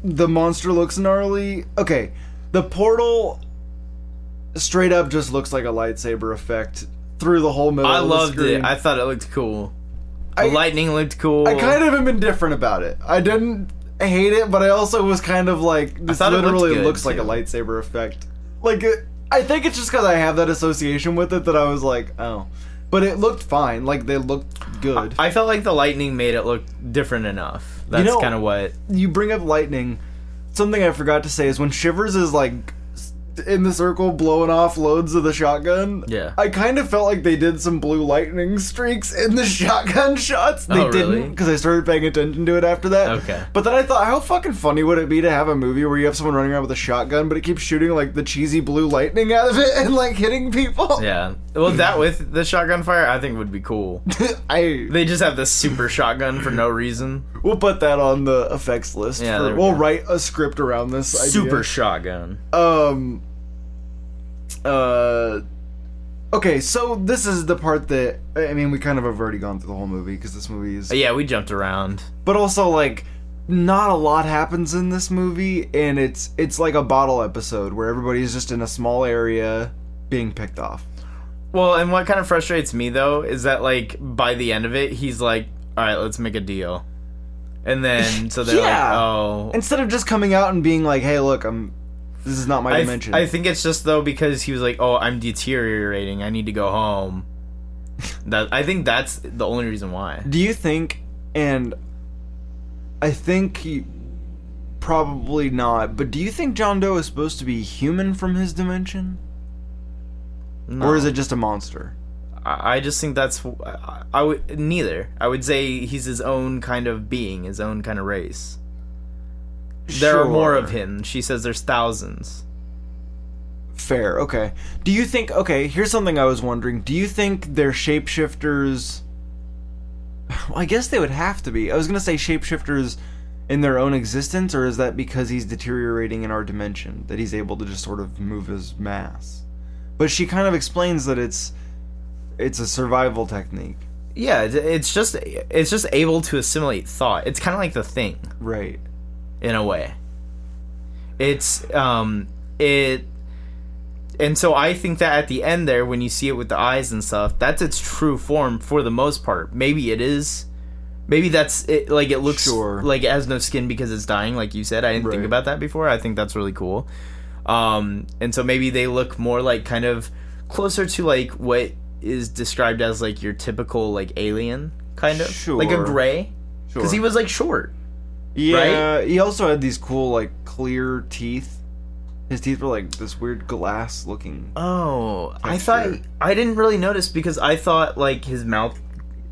A: The monster looks gnarly. Okay, the portal straight up just looks like a lightsaber effect through the whole middle.
B: I
A: of the
B: loved it.
A: screen.
B: I thought it looked cool. The
A: I-
B: lightning looked cool.
A: I kind of am indifferent about it. I didn't hate it, but I also was kind of like, this
B: thought it looked
A: literally
B: good,
A: looks like
B: too.
A: a lightsaber effect. Like, it, I think it's just because I have that association with it that I was like, oh. But it looked fine. Like, they looked good.
B: I felt like the lightning made it look different enough. That's
A: know-
B: kind of what.
A: you bring up lightning. Something I forgot to say is when Shivers is like s- in the circle blowing off loads of the shotgun.
B: Yeah.
A: I kind of felt like they did some blue lightning streaks in the shotgun shots. They
B: Oh, really?
A: didn't because I started paying attention to it after that.
B: Okay.
A: But then I thought, how fucking funny would it be to have a movie where you have someone running around with a shotgun, but it keeps shooting like the cheesy blue lightning out of it and like hitting people?
B: Yeah. Well, that with the shotgun fire, I think would be cool.
A: I
B: They just have this super shotgun for no reason.
A: we'll put that on the effects list.
B: Yeah,
A: for-
B: there we
A: we'll
B: go.
A: write a script around this. idea.
B: Super shotgun.
A: um uh okay so this is the part that i mean we kind of have already gone through the whole movie because this movie is
B: Yeah, we jumped around.
A: but also like not a lot happens in this movie and it's it's like a bottle episode where everybody's just in a small area being picked off
B: Well, and what kind of frustrates me though is that like by the end of it, he's like, "All right, let's make a deal," and then so they're like,
A: Yeah.
B: "Oh."
A: instead of just coming out and being like hey look i'm this is not my
B: I, th-
A: dimension
B: I think it's just though because he was like, "Oh, I'm deteriorating. I need to go home." That I think that's the only reason why.
A: Do you think, and I think he probably not, but do you think John Doe is supposed to be human from his dimension? Or is it just a monster?
B: I I just think that's I, I would neither. I would say he's his own kind of being, his own kind of race. There are more of
A: him.
B: him. She says there's thousands.
A: Fair, okay. Do you think, okay, here's something I was wondering. Do you think they're shapeshifters? Well, I guess they would have to be. I was going to say shapeshifters in their own existence, or is that because he's deteriorating in our dimension that he's able to just sort of move his mass? But she kind of explains that it's it's a survival technique,
B: Yeah, it- it's just it's just able to assimilate thought. It's kind of like the thing
A: right?
B: in a way. It's um it and so I think that at the end there when you see it with the eyes and stuff, that's its true form for the most part. Maybe it is maybe that's it like it looks
A: Sure.
B: like it has no skin because it's dying like you said. I didn't think
A: Right.
B: about that before. I think that's really cool. Um and so maybe they look more like kind of closer to like what is described as like your typical like alien kind of like a
A: Sure.
B: gray
A: Sure.
B: because he was like short
A: yeah, he also had these cool like clear teeth. His teeth were like this weird glass looking.
B: Oh, I thought
A: Texture.
B: I didn't really notice because I thought like his mouth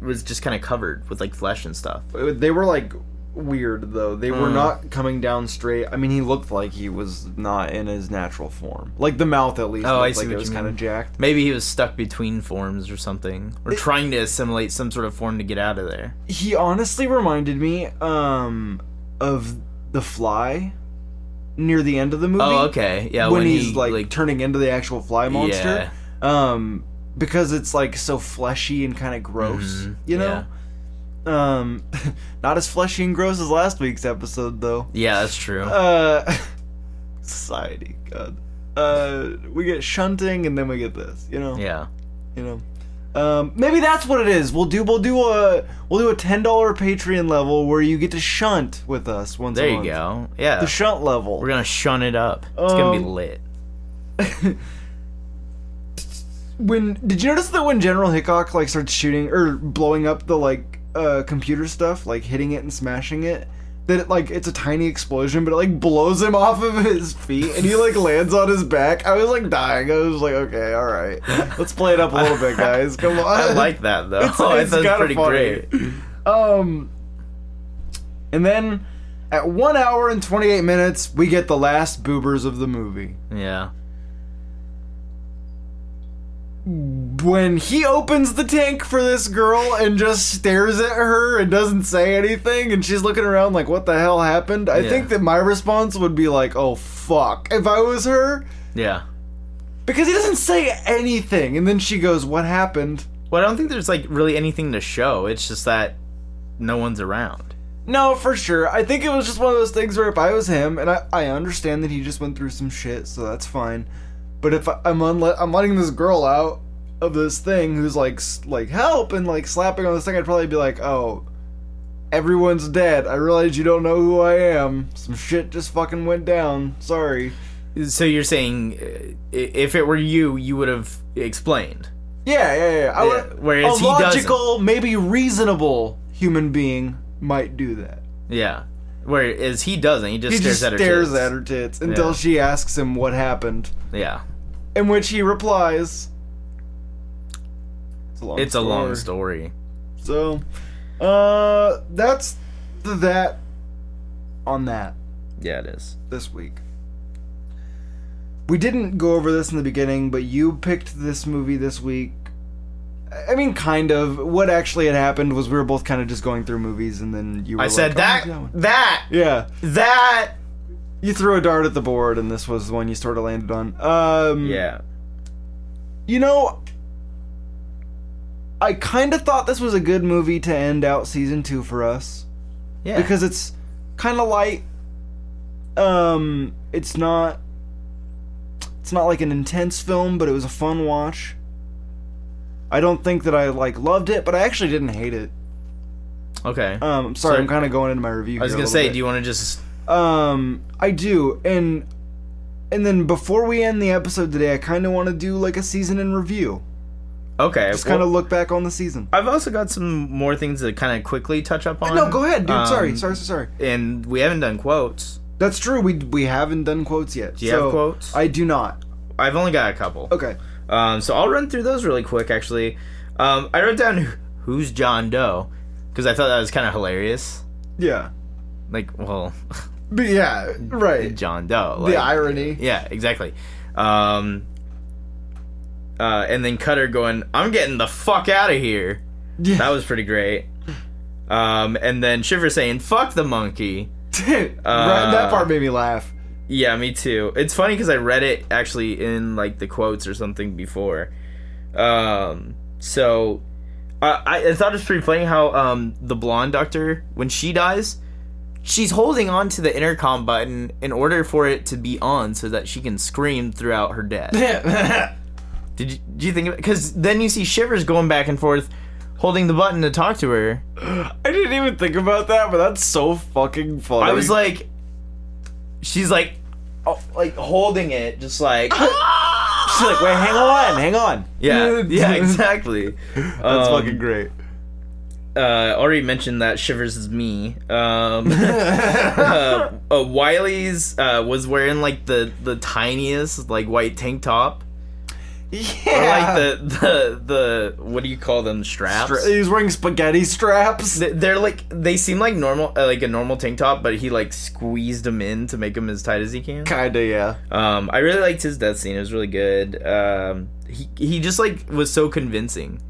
B: was just kind of covered with like flesh and stuff.
A: they were like weird though they were
B: Mm.
A: not coming down straight i mean he looked like he was not in his natural form like the mouth at least
B: Oh, I
A: looked
B: see
A: like
B: what
A: it was
B: you
A: kind
B: mean.
A: of jacked
B: Maybe he was stuck between forms or something, or trying to assimilate some sort of form to get out of there.
A: he honestly reminded me um of the fly near the end of the movie
B: Oh, okay, yeah.
A: when, he's
B: he,
A: like, turning into the actual fly monster um because it's like so fleshy and kind of gross
B: Mhm,
A: you know um not as fleshy and gross as last week's episode though
B: yeah, that's true.
A: uh society god uh we get shunting and then we get this you know
B: yeah,
A: you know um maybe that's what it is we'll do we'll do a we'll do a ten dollar patreon level where you get to shunt with us once
B: there
A: a
B: you
A: month.
B: go. Yeah,
A: the shunt level
B: we're gonna shun it up. It's gonna be
A: Um,
B: lit.
A: when did you notice that when general hickok like starts shooting or blowing up the like uh computer stuff like hitting it and smashing it that it, like it's a tiny explosion but it like blows him off of his feet and he like lands on his back i was like dying i was like okay all right let's play it up a little bit guys come on
B: I like that though.
A: it's-
B: I
A: it's
B: thought it was
A: kinda
B: pretty
A: funny.
B: great.
A: um and then at one hour and 28 minutes we get the last boobers of the movie
B: Yeah.
A: when he opens the tank for this girl and just stares at her and doesn't say anything and she's looking around like what the hell happened i
B: Yeah.
A: think that my response would be like oh fuck if i was her
B: Yeah.
A: because he doesn't say anything and then she goes what happened
B: Well, I don't think there's like really anything to show. It's just that no one's around.
A: No, for sure. I think it was just one of those things where if I was him, and I, I understand that he just went through some shit, so that's fine. But if I, I'm unle- I'm letting this girl out of this thing who's like s- like help and like slapping on this thing, I'd probably be like, oh, everyone's dead. I realize you don't know who I am. Some shit just fucking went down. Sorry.
B: So you're saying uh, i- if it were you, you would have explained.
A: Yeah, yeah, yeah. I
B: Yeah,
A: would,
B: whereas
A: a
B: he doesn't.
A: logical, maybe reasonable human being might do that.
B: Yeah. Whereas he doesn't. He just
A: He
B: stares
A: just
B: at her.
A: stares
B: tits.
A: at her tits until
B: Yeah.
A: she asks him what happened.
B: Yeah.
A: In which he replies, "It's a long.
B: It's a long story.
A: So, uh, that's the, that on that
B: Yeah, it is.
A: this week. We didn't go over this in the beginning, but you picked this movie this week. I I mean, kind of. What actually had happened was we were both kind of just going through movies, and then you. Were
B: I
A: like,
B: said
A: "Oh,
B: that,
A: yeah, well."
B: that,
A: Yeah,
B: that.
A: you threw a dart at the board, and this was the one you sort of landed on. Um,
B: Yeah.
A: You know, I kind of thought this was a good movie to end out season two for us
B: Yeah.
A: because it's kind of light. Um, it's not. It's not like an intense film, but it was a fun watch. I don't think that I like loved it, but I actually didn't hate it.
B: okay.
A: Um, I'm sorry,
B: So-
A: I'm kind of going into my review.
B: I was
A: here a
B: gonna
A: little
B: say,
A: bit.
B: do you want to just?
A: Um, I do, and and then before we end the episode today, I kind of want to do like a season in review.
B: Okay.
A: Just kind of
B: well,
A: look back on the season.
B: I've also got some more things to kind of quickly touch up on.
A: No, go ahead, dude.
B: Um,
A: sorry, sorry, sorry, sorry.
B: And we haven't done quotes.
A: That's true. We we haven't done quotes yet.
B: Do you have quotes?
A: I do not.
B: I've only got a couple.
A: Okay.
B: Um, so I'll run through those really quick. Actually, um, I wrote down who- who's John Doe because I thought that was kind of hilarious.
A: Yeah.
B: Like, well,
A: But yeah, right.
B: John Doe.
A: the
B: Like,
A: irony.
B: Yeah, exactly. Um, uh, and then Cutter going, "I'm getting the fuck out of here."
A: Yeah.
B: That was pretty great. Um, and then Shiver saying, "Fuck the monkey."
A: right, that
B: Uh,
A: part made me laugh.
B: Yeah, me too. It's funny because I read it actually in like the quotes or something before. Um, so I- I, I thought it was pretty funny how um, the blonde doctor, when she dies, she's holding on to the intercom button in order for it to be on so that she can scream throughout her death. Did you, do you think of it? Because then you see Shivers going back and forth holding the button to talk to her.
A: I didn't even think about that, but that's so fucking funny.
B: I was like, she's like, oh, like holding it, just like.
A: she's like, wait, hang on, hang on.
B: Yeah, yeah, exactly.
A: That's
B: Um,
A: fucking great.
B: Uh, already mentioned that Shivers is me. Um, uh, uh, Wiley's uh, was wearing like the the tiniest like white tank top, or like
A: Yeah.
B: the the the what do you call them straps?
A: Stra- he's wearing spaghetti straps.
B: They- They're like they seem like normal uh, like a normal tank top, but he like squeezed them in to make them as tight as he can.
A: Kinda, yeah.
B: Um, I really liked his death scene. It was really good. Um, he he just like was so convincing.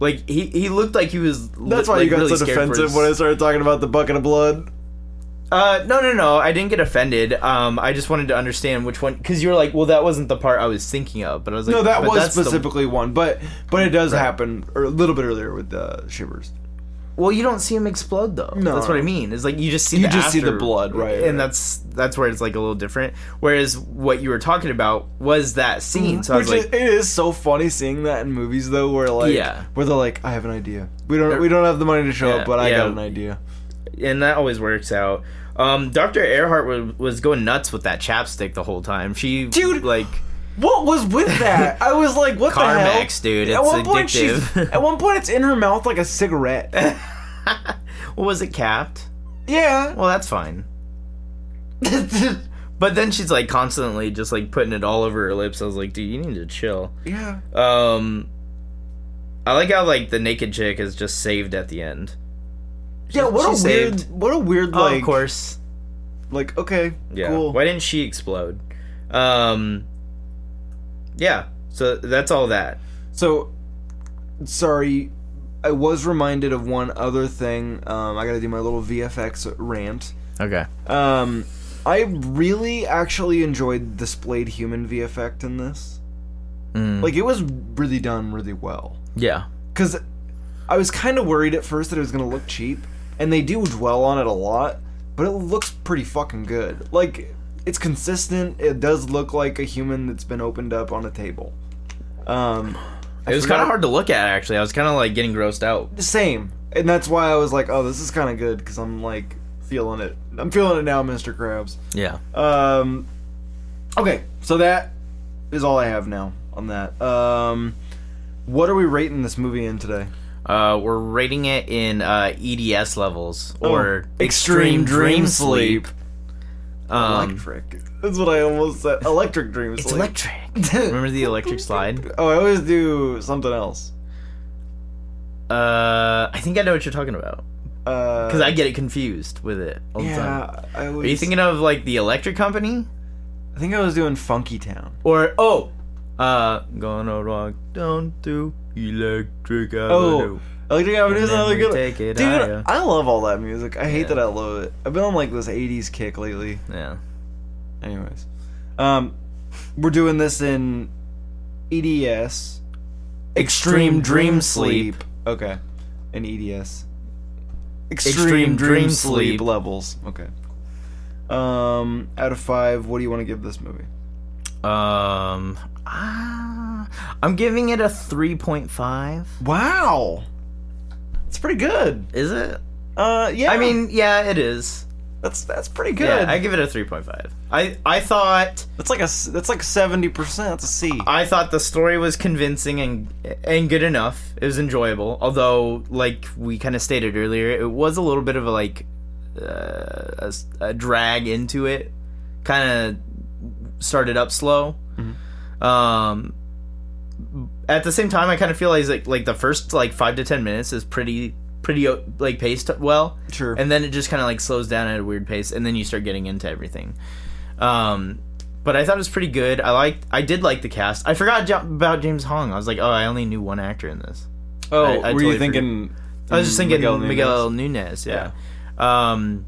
B: Like he, he looked like he was. li-
A: That's why
B: like,
A: you got
B: really
A: so
B: scared for
A: defensive
B: his-
A: when I started talking about the bucket of blood.
B: Uh, no, no, no. I didn't get offended. Um, I just wanted to understand which one because you were like, well, that wasn't the part I was thinking of. But I was like,
A: No, that
B: but
A: was
B: that's the-
A: specifically one, but but it does happen or a little bit earlier with uh, shivers.
B: well, you don't see him explode though.
A: No.
B: that's what I mean. It's like you just see
A: You
B: the
A: just see the
B: after-
A: blood, right, right.
B: And that's that's where it's like a little different. Whereas what you were talking about was that scene. So I
A: Mm-hmm. Which
B: was like,
A: is, it is so funny seeing that in movies though, where like
B: Yeah.
A: where they're like, I have an idea. We don't we don't have the money to show
B: Yeah,
A: up, but I
B: yeah.
A: got an idea.
B: and that always works out. Um, Doctor Earhart was, was going nuts with that chapstick the whole time. She
A: Dude!
B: like
A: What was with that? I was like, what the hell?
B: Carmex, dude. It's
A: point, she's-
B: addictive.
A: at one point, it's in her mouth like a cigarette.
B: well, was it capped?
A: yeah.
B: Well, that's fine. But then she's like constantly just like putting it all over her lips. I was like, dude, you need to chill.
A: yeah.
B: Um, I like how like the naked chick is just saved at the end.
A: Yeah. What a
B: she's
A: weird.
B: saved.
A: What a weird.
B: Oh,
A: Like,
B: of course.
A: Like, okay.
B: Yeah.
A: Cool.
B: Why didn't she explode? Um, yeah. So that's all that.
A: So, sorry, I was reminded of one other thing. Um, I gotta do my little VFX rant.
B: Okay.
A: Um, I really actually enjoyed displayed human VFX in this.
B: Mm.
A: Like, it was really done really well.
B: Yeah.
A: Because I was kind of worried at first that it was going to look cheap, and they do dwell on it a lot, but it looks pretty fucking good. Like, it's consistent. It does look like a human that's been opened up on a table. Um,
B: It was kind of hard to look at actually. I was kind of like getting grossed out.
A: Same, and that's why I was like, "Oh, this is kind of good," because I'm like feeling it. I'm feeling it now, Mr. Krabs.
B: Yeah.
A: Um, okay, so that is all I have now on that. Um, what are we rating this movie in today?
B: Uh, we're rating it in uh, EDS levels or
A: Oh, Extreme Dream Sleep.
B: Um,
A: Electric. That's what I almost said. Electric dreams.
B: it's electric. Remember the electric slide?
A: oh, I always do something else.
B: Uh, I think I know what you're talking about
A: Because
B: because I get it confused with it all the time.
A: Uh, yeah, I was.
B: Are you thinking of like the electric company
A: I think I was doing Funky Town.
B: or oh, uh, gonna rock down to electric
A: Oh,
B: avenue?
A: Electric Avenue is
B: then
A: another
B: we
A: good
B: take it
A: Dude,
B: higher.
A: I love all that music. I hate
B: Yeah.
A: that I love it. I've been on like this '80s kick lately.
B: Yeah.
A: Anyways, um, we're doing this in E EDS,
B: Extreme Dream Sleep.
A: Okay, in E EDS,
B: Extreme Dream Sleep.
A: levels. Okay. Um, out of five, what do you want to give this movie?
B: Um. Ah, I'm giving it a 3.5.
A: Wow, it's pretty good.
B: Is it?
A: Uh, yeah.
B: I mean, yeah, it is.
A: that's that's pretty good.
B: Yeah, I give it a 3.5. I I thought
A: that's like a s- that's like seventy percent. That's a C.
B: I thought the story was convincing and and good enough. It was enjoyable, although like we kind of stated earlier, it was a little bit of a like uh, a, s- a drag into it. Kind of started up slow. Um, at the same time, I kind of feel like like the first like five to ten minutes is pretty pretty uh, like paced well.
A: Sure.
B: And then it just kind of like slows down at a weird pace, and then you start getting into everything. Um, but I thought it was pretty good. I liked, I did like the cast. I forgot ja- about James Hong. I was like, oh, I only knew one actor in this.
A: oh,
B: I- I
A: were
B: totally
A: you thinking?
B: I
A: Mm,
B: was just thinking Miguel Nunez.
A: Nunes?
B: yeah. Um,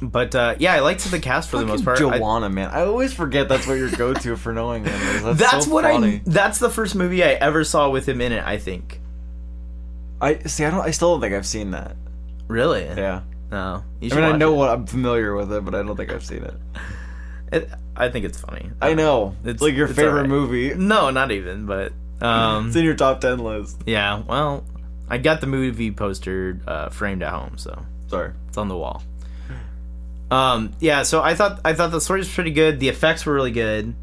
B: but uh, yeah, I liked the cast for the most part. I-
A: Joanna, man. I always forget that's what your go-to for knowing him is. That's,
B: that's
A: so
B: what
A: funny.
B: I. That's the first movie I ever saw with him in it. I think.
A: I see. I don't. I still don't think I've seen that.
B: Really?
A: Yeah.
B: No. You
A: I
B: should
A: mean, I
B: watch
A: know
B: it.
A: what I'm familiar with it, but I don't think I've seen it.
B: It- I think it's funny.
A: I know it's
B: It's-
A: like your
B: it's
A: favorite
B: alright.
A: movie.
B: No, not even. But um,
A: It's in your top ten list.
B: yeah. Well, I got the movie poster uh, framed at home, so
A: Sorry.
B: It's on the wall. Um, yeah, so I thought I thought the story was pretty good. The effects were really good.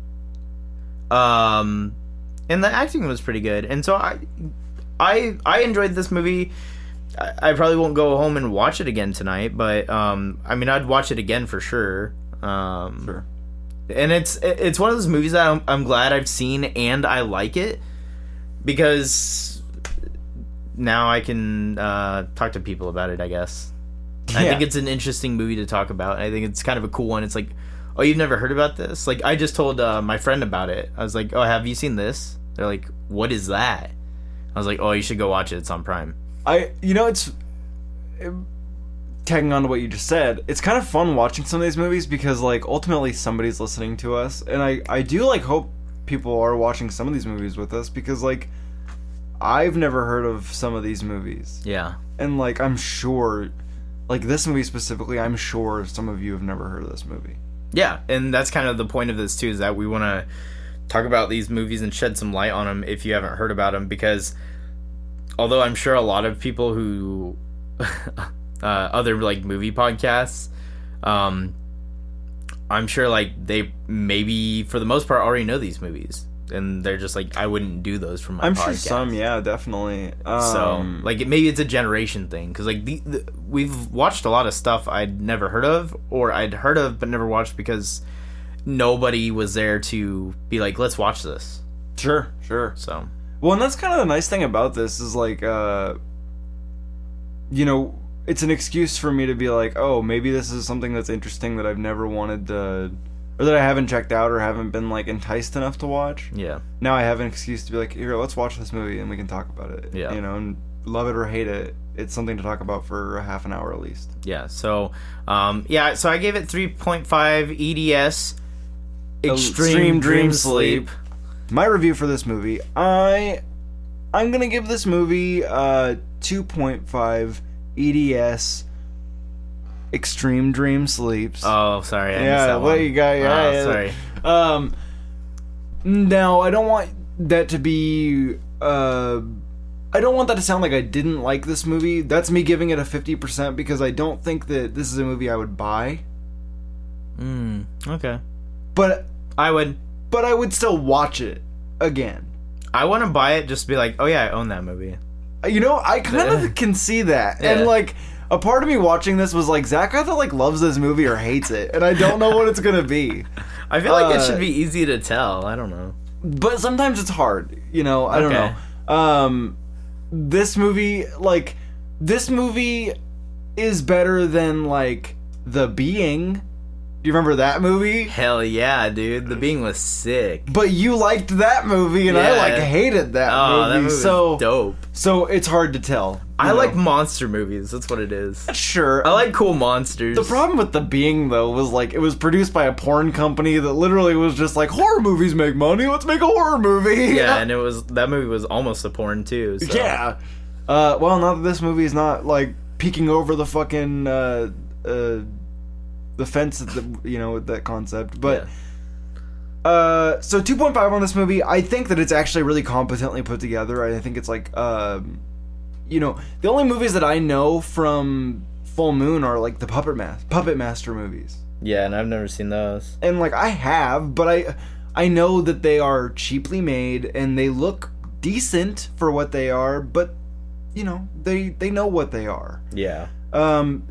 B: Um, and the acting was pretty good. And so I, I, I enjoyed this movie. I, I probably won't go home and watch it again tonight, but um, I mean, I'd watch it again for sure. Um,
A: Sure.
B: and it's it's one of those movies that I'm, I'm glad I've seen and I like it because now I can uh, talk to people about it. I guess I
A: Yeah.
B: think it's an interesting movie to talk about. and I think it's kind of a cool one. It's like, oh, you've never heard about this? Like I just told uh, my friend about it. I was like, oh, have you seen this? They're like, what is that? I was like, oh, you should go watch it. It's on Prime.
A: I. You know, it's um, tagging on to what you just said. It's kind of fun watching some of these movies because, like, ultimately somebody's listening to us, and I. I do like hope people are watching some of these movies with us because, like, I've never heard of some of these movies.
B: Yeah,
A: and like I'm sure, like this movie specifically, I'm sure some of you have never heard of this movie.
B: yeah, and that's kind of the point of this too. Is that we want to talk about these movies and shed some light on them if you haven't heard about them because although i'm sure a lot of people who uh, other like movie podcasts um i'm sure like they maybe for the most part already know these movies and they're just like i wouldn't do those for my
A: I'm
B: podcast
A: sure some, yeah, definitely.
B: so
A: Um,
B: like it, maybe it's a generation thing because like the, the, we've watched a lot of stuff i'd never heard of or i'd heard of but never watched because nobody was there to be like let's watch this
A: sure, sure.
B: so
A: Well, and that's kind of the nice thing about this is like, uh, you know, it's an excuse for me to be like, oh, maybe this is something that's interesting that I've never wanted to, or that I haven't checked out or haven't been like enticed enough to watch.
B: yeah
A: Now I have an excuse to be like, here, let's watch this movie and we can talk about it.
B: Yeah.
A: You know, and love it or hate it, it's something to talk about for a half an hour at least.
B: yeah so um yeah so i gave it 3.5 eds
A: Oh,
B: extreme, dream, sleep,
A: My review for this movie, I I'm gonna give this movie uh 2.5 EDS E Extreme Dream Sleeps.
B: Oh, sorry. I missed
A: yeah,
B: that
A: what
B: one.
A: you got? Yeah,
B: Oh,
A: yeah.
B: sorry.
A: Um, no, I don't want that to be. Uh, I don't want that to sound like I didn't like this movie. That's me giving it a fifty percent because I don't think that this is a movie I would buy.
B: Mm, okay.
A: But
B: I would.
A: but I would still watch it again.
B: I want to buy it just to be like, oh yeah, I own that movie.
A: You know, I kind
B: Yeah.
A: of can see that, and
B: Yeah.
A: like. A part of me watching this was like Zach either like loves this movie or hates it, and I don't know what it's gonna be.
B: I feel like it
A: Uh,
B: should be easy to tell. I don't know.
A: but sometimes it's hard you know i don't
B: Okay.
A: know um this movie like this movie is better than like the being do you remember that movie
B: Hell yeah, dude. The being was sick.
A: but you liked that movie and i
B: Yeah.
A: like hated that
B: Oh,
A: movie
B: that movie
A: so
B: was dope.
A: so it's hard to tell you
B: I
A: know?
B: like monster movies. That's what it is.
A: sure
B: I like cool monsters.
A: the problem with the being though was like it was produced by a porn company that literally was just like horror movies make money let's make a horror movie
B: Yeah, and it was that movie was almost a porn too. So.
A: Yeah. Uh, well, now that this movie is not like peeking over the fucking uh, uh, the fence, at the, you know, with that concept. But uh, so 2.5 on this movie, I think that it's actually really competently put together. I think it's like, um, you know, the only movies that I know from Full Moon are like the Puppet Mas- Puppet Master movies,
B: yeah, and I've never seen those.
A: and like I have, but I I know that they are cheaply made and they look decent for what they are, but you know they they know what they are.
B: Yeah,
A: Um,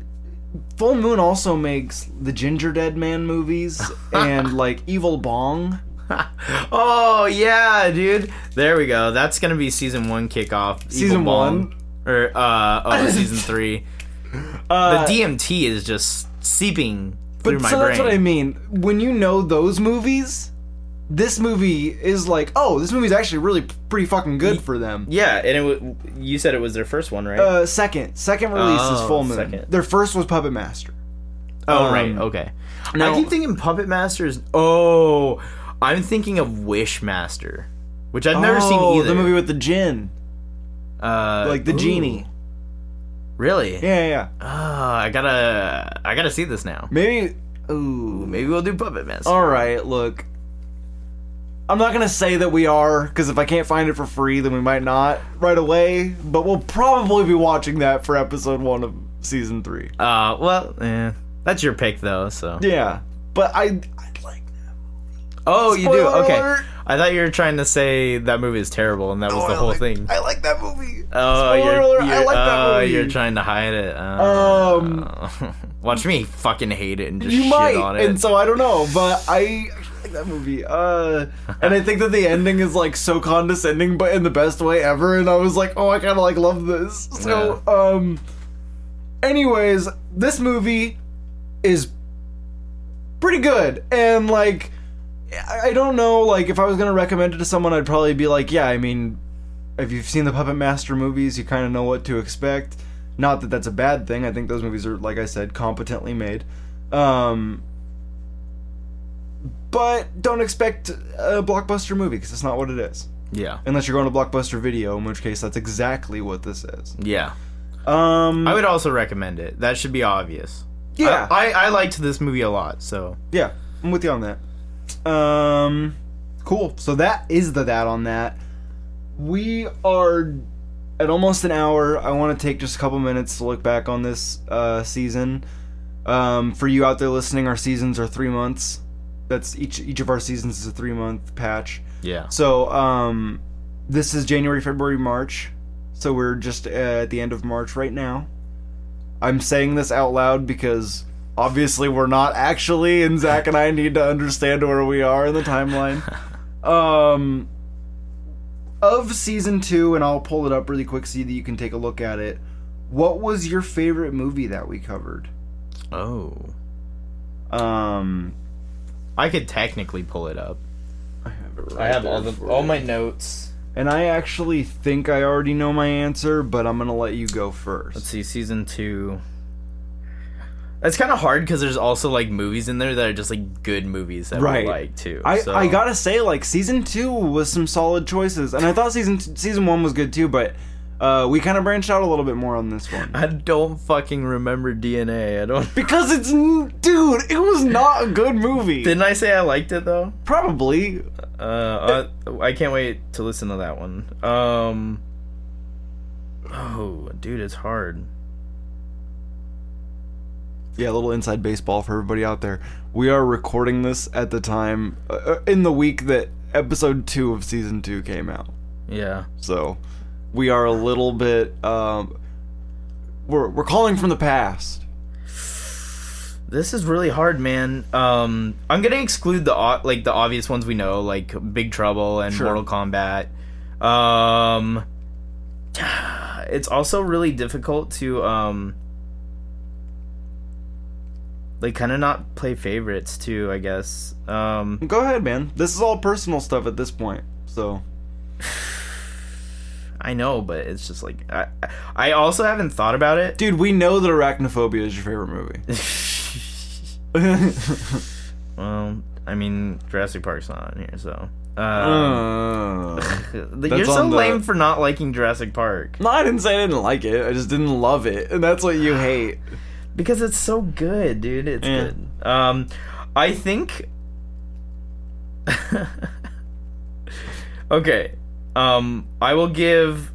A: Full Moon also makes the Ginger Dead Man movies and like Evil Bong.
B: oh yeah, dude. There we go. That's gonna be season one kickoff. Evil
A: Season
B: Bong. or uh oh season three.
A: Uh,
B: the DMT is just seeping
A: but
B: through my
A: so
B: brain.
A: that's what I mean. When you know those movies, this movie is like, oh, this movie's actually really p- pretty fucking good for them.
B: yeah, and it w- you said it was their first one, right?
A: Uh, second, second release is
B: Oh,
A: Full Moon.
B: second.
A: Their first was Puppet Master.
B: oh
A: um,
B: right, okay.
A: now-
B: I keep thinking Puppet Masters. Oh, I'm thinking of Wish Master, which I've never seen
A: Oh,
B: either.
A: The movie with the gin,
B: uh,
A: like the
B: ooh,
A: genie.
B: Really?
A: Yeah, yeah, yeah.
B: Oh, I gotta, I gotta see this now.
A: Maybe. Ooh,
B: Maybe we'll do Puppet Master.
A: All right, look. I'm not gonna say that we are, because if I can't find it for free, then we might not right away. But we'll probably be watching that for episode one of season three.
B: Uh, well, eh, that's your pick though. So.
A: Yeah, but I, I like that.
B: Oh, you do.
A: Spoiler
B: Okay.
A: alert.
B: I thought you were trying to say that movie is terrible, and that was
A: Oh,
B: the
A: I
B: whole
A: like-
B: thing.
A: I like that movie.
B: Oh,
A: Spoiler
B: you're,
A: alert, I
B: you're-
A: like that
B: oh,
A: movie. Um,
B: you're trying to hide it. Oh. watch me fucking hate it and just
A: you
B: shit
A: might,
B: on it.
A: and so I don't know, but I actually like that movie. Uh, and I think that the ending is like so condescending, but in the best way ever. And I was like, oh, I kind of like love this. So, um, anyways, this movie is pretty good, and like, I I don't know, like if I was gonna recommend it to someone, I'd probably be like, yeah, I mean, if you've seen the Puppet Master movies, you kind of know what to expect. Not that that's a bad thing. I think those movies are, like I said, competently made. Um, but don't expect a blockbuster movie because it's not what it is.
B: yeah.
A: Unless you're going to Blockbuster Video, in which case that's exactly what this is.
B: Yeah.
A: Um,
B: I would also recommend it. That should be obvious.
A: yeah,
B: I, I, I liked this movie a lot, so.
A: yeah, I'm with you on that. Um, cool. So that is the that on that. We are at almost an hour. I want to take just a couple minutes to look back on this uh, season. Um, for you out there listening, our seasons are three months. That's each each of our seasons is a three month patch.
B: Yeah.
A: So um, this is January, February, March. So we're just uh, at the end of March right now. I'm saying this out loud because obviously we're not actually, and Zach and I need to understand where we are in the timeline. Um, of season two, and I'll pull it up really quick so that you can take a look at it. What was your favorite movie that we covered?
B: Oh.
A: Um,
B: I could technically pull it up.
A: I have it right
B: I have
A: there
B: all the
A: for
B: all
A: you.
B: my notes.
A: And I actually think I already know my answer, but I'm gonna let you go first.
B: Let's see, season two. That's kind of hard because there's also like movies in there that are just like good movies that
A: Right.
B: we like too.
A: I,
B: so-
A: I gotta say, like season two was some solid choices, and I thought season season one was good too, but uh, we kind of branched out a little bit more on this one
B: I don't fucking remember DNA. I don't.
A: because it's n- dude, it was not a good movie.
B: Didn't I say I liked it though?
A: Probably
B: Uh, I, I can't wait to listen to that one. Um. Oh, dude, it's hard.
A: Yeah, a little inside baseball for everybody out there. We are recording this at the time uh, in the week that episode two of season two came out,
B: Yeah.
A: so we are a little bit. Um, we're we're calling from the past.
B: This is really hard, man. Um, I'm gonna exclude the o- like the obvious ones we know, like Big Trouble and
A: Sure.
B: Mortal Kombat. Um, it's also really difficult to um, like kind of not play favorites too. I guess. Um,
A: Go ahead, man. This is all personal stuff at this point, so
B: I know, but it's just like I, I also haven't thought about it.
A: Dude, we know that Arachnophobia is your favorite movie.
B: well, I mean, Jurassic Park's not on here, so.
A: Um,
B: Uh,
A: Uh,
B: you're so
A: on the-
B: lame for not liking Jurassic Park.
A: no, I didn't say I didn't like it. I just didn't love it, and that's what you hate.
B: because it's so good, dude. It's
A: Yeah.
B: good. Um, I think. okay, um, I will give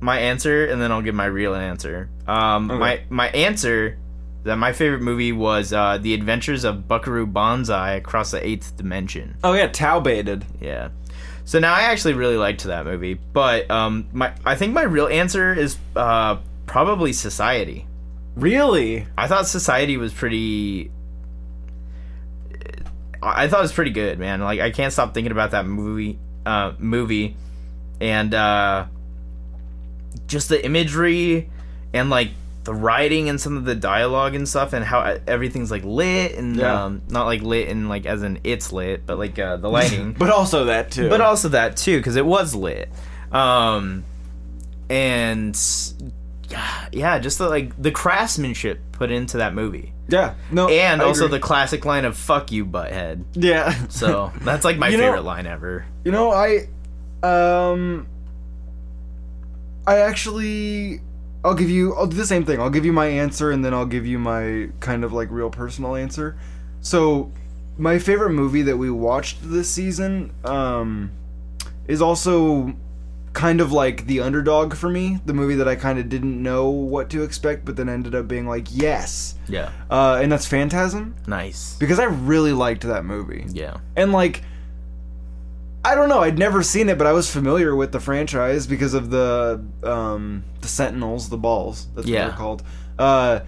B: my answer and then I'll give my real answer. Um,
A: Okay.
B: my my answer that my favorite movie was uh, The Adventures of Buckaroo Banzai Across the Eighth Dimension.
A: Oh yeah, Tau baited.
B: Yeah. So now I actually really liked that movie, but um, my I think my real answer is uh, probably Society.
A: Really?
B: I thought Society was pretty. I I thought it was pretty good, man. Like I can't stop thinking about that movie, uh, movie, and uh, just the imagery and like the writing and some of the dialogue and stuff, and how e, everything's like lit and
A: Yeah.
B: um, not like lit and like as in it's lit, but like uh, the lighting
A: But also that too.
B: but also that too because it was lit um and yeah just the like the craftsmanship put into that movie
A: yeah, no,
B: and
A: I
B: also
A: agree.
B: the classic line of fuck you butthead
A: yeah.
B: so that's like my
A: You know-
B: favorite line ever
A: You know, I um I actually I'll give you I'll do the same thing. I'll give you my answer and then I'll give you my kind of like real personal answer. So, my favorite movie that we watched this season um is also kind of like the underdog for me, the movie that I kind of didn't know what to expect but then ended up being like, "Yes."
B: yeah
A: Uh and that's Phantasm
B: nice
A: because I really liked that movie.
B: yeah
A: And like I don't know, I'd never seen it, but I was familiar with the franchise because of the um the Sentinels, the balls, that's what
B: Yeah.
A: they're called. Uh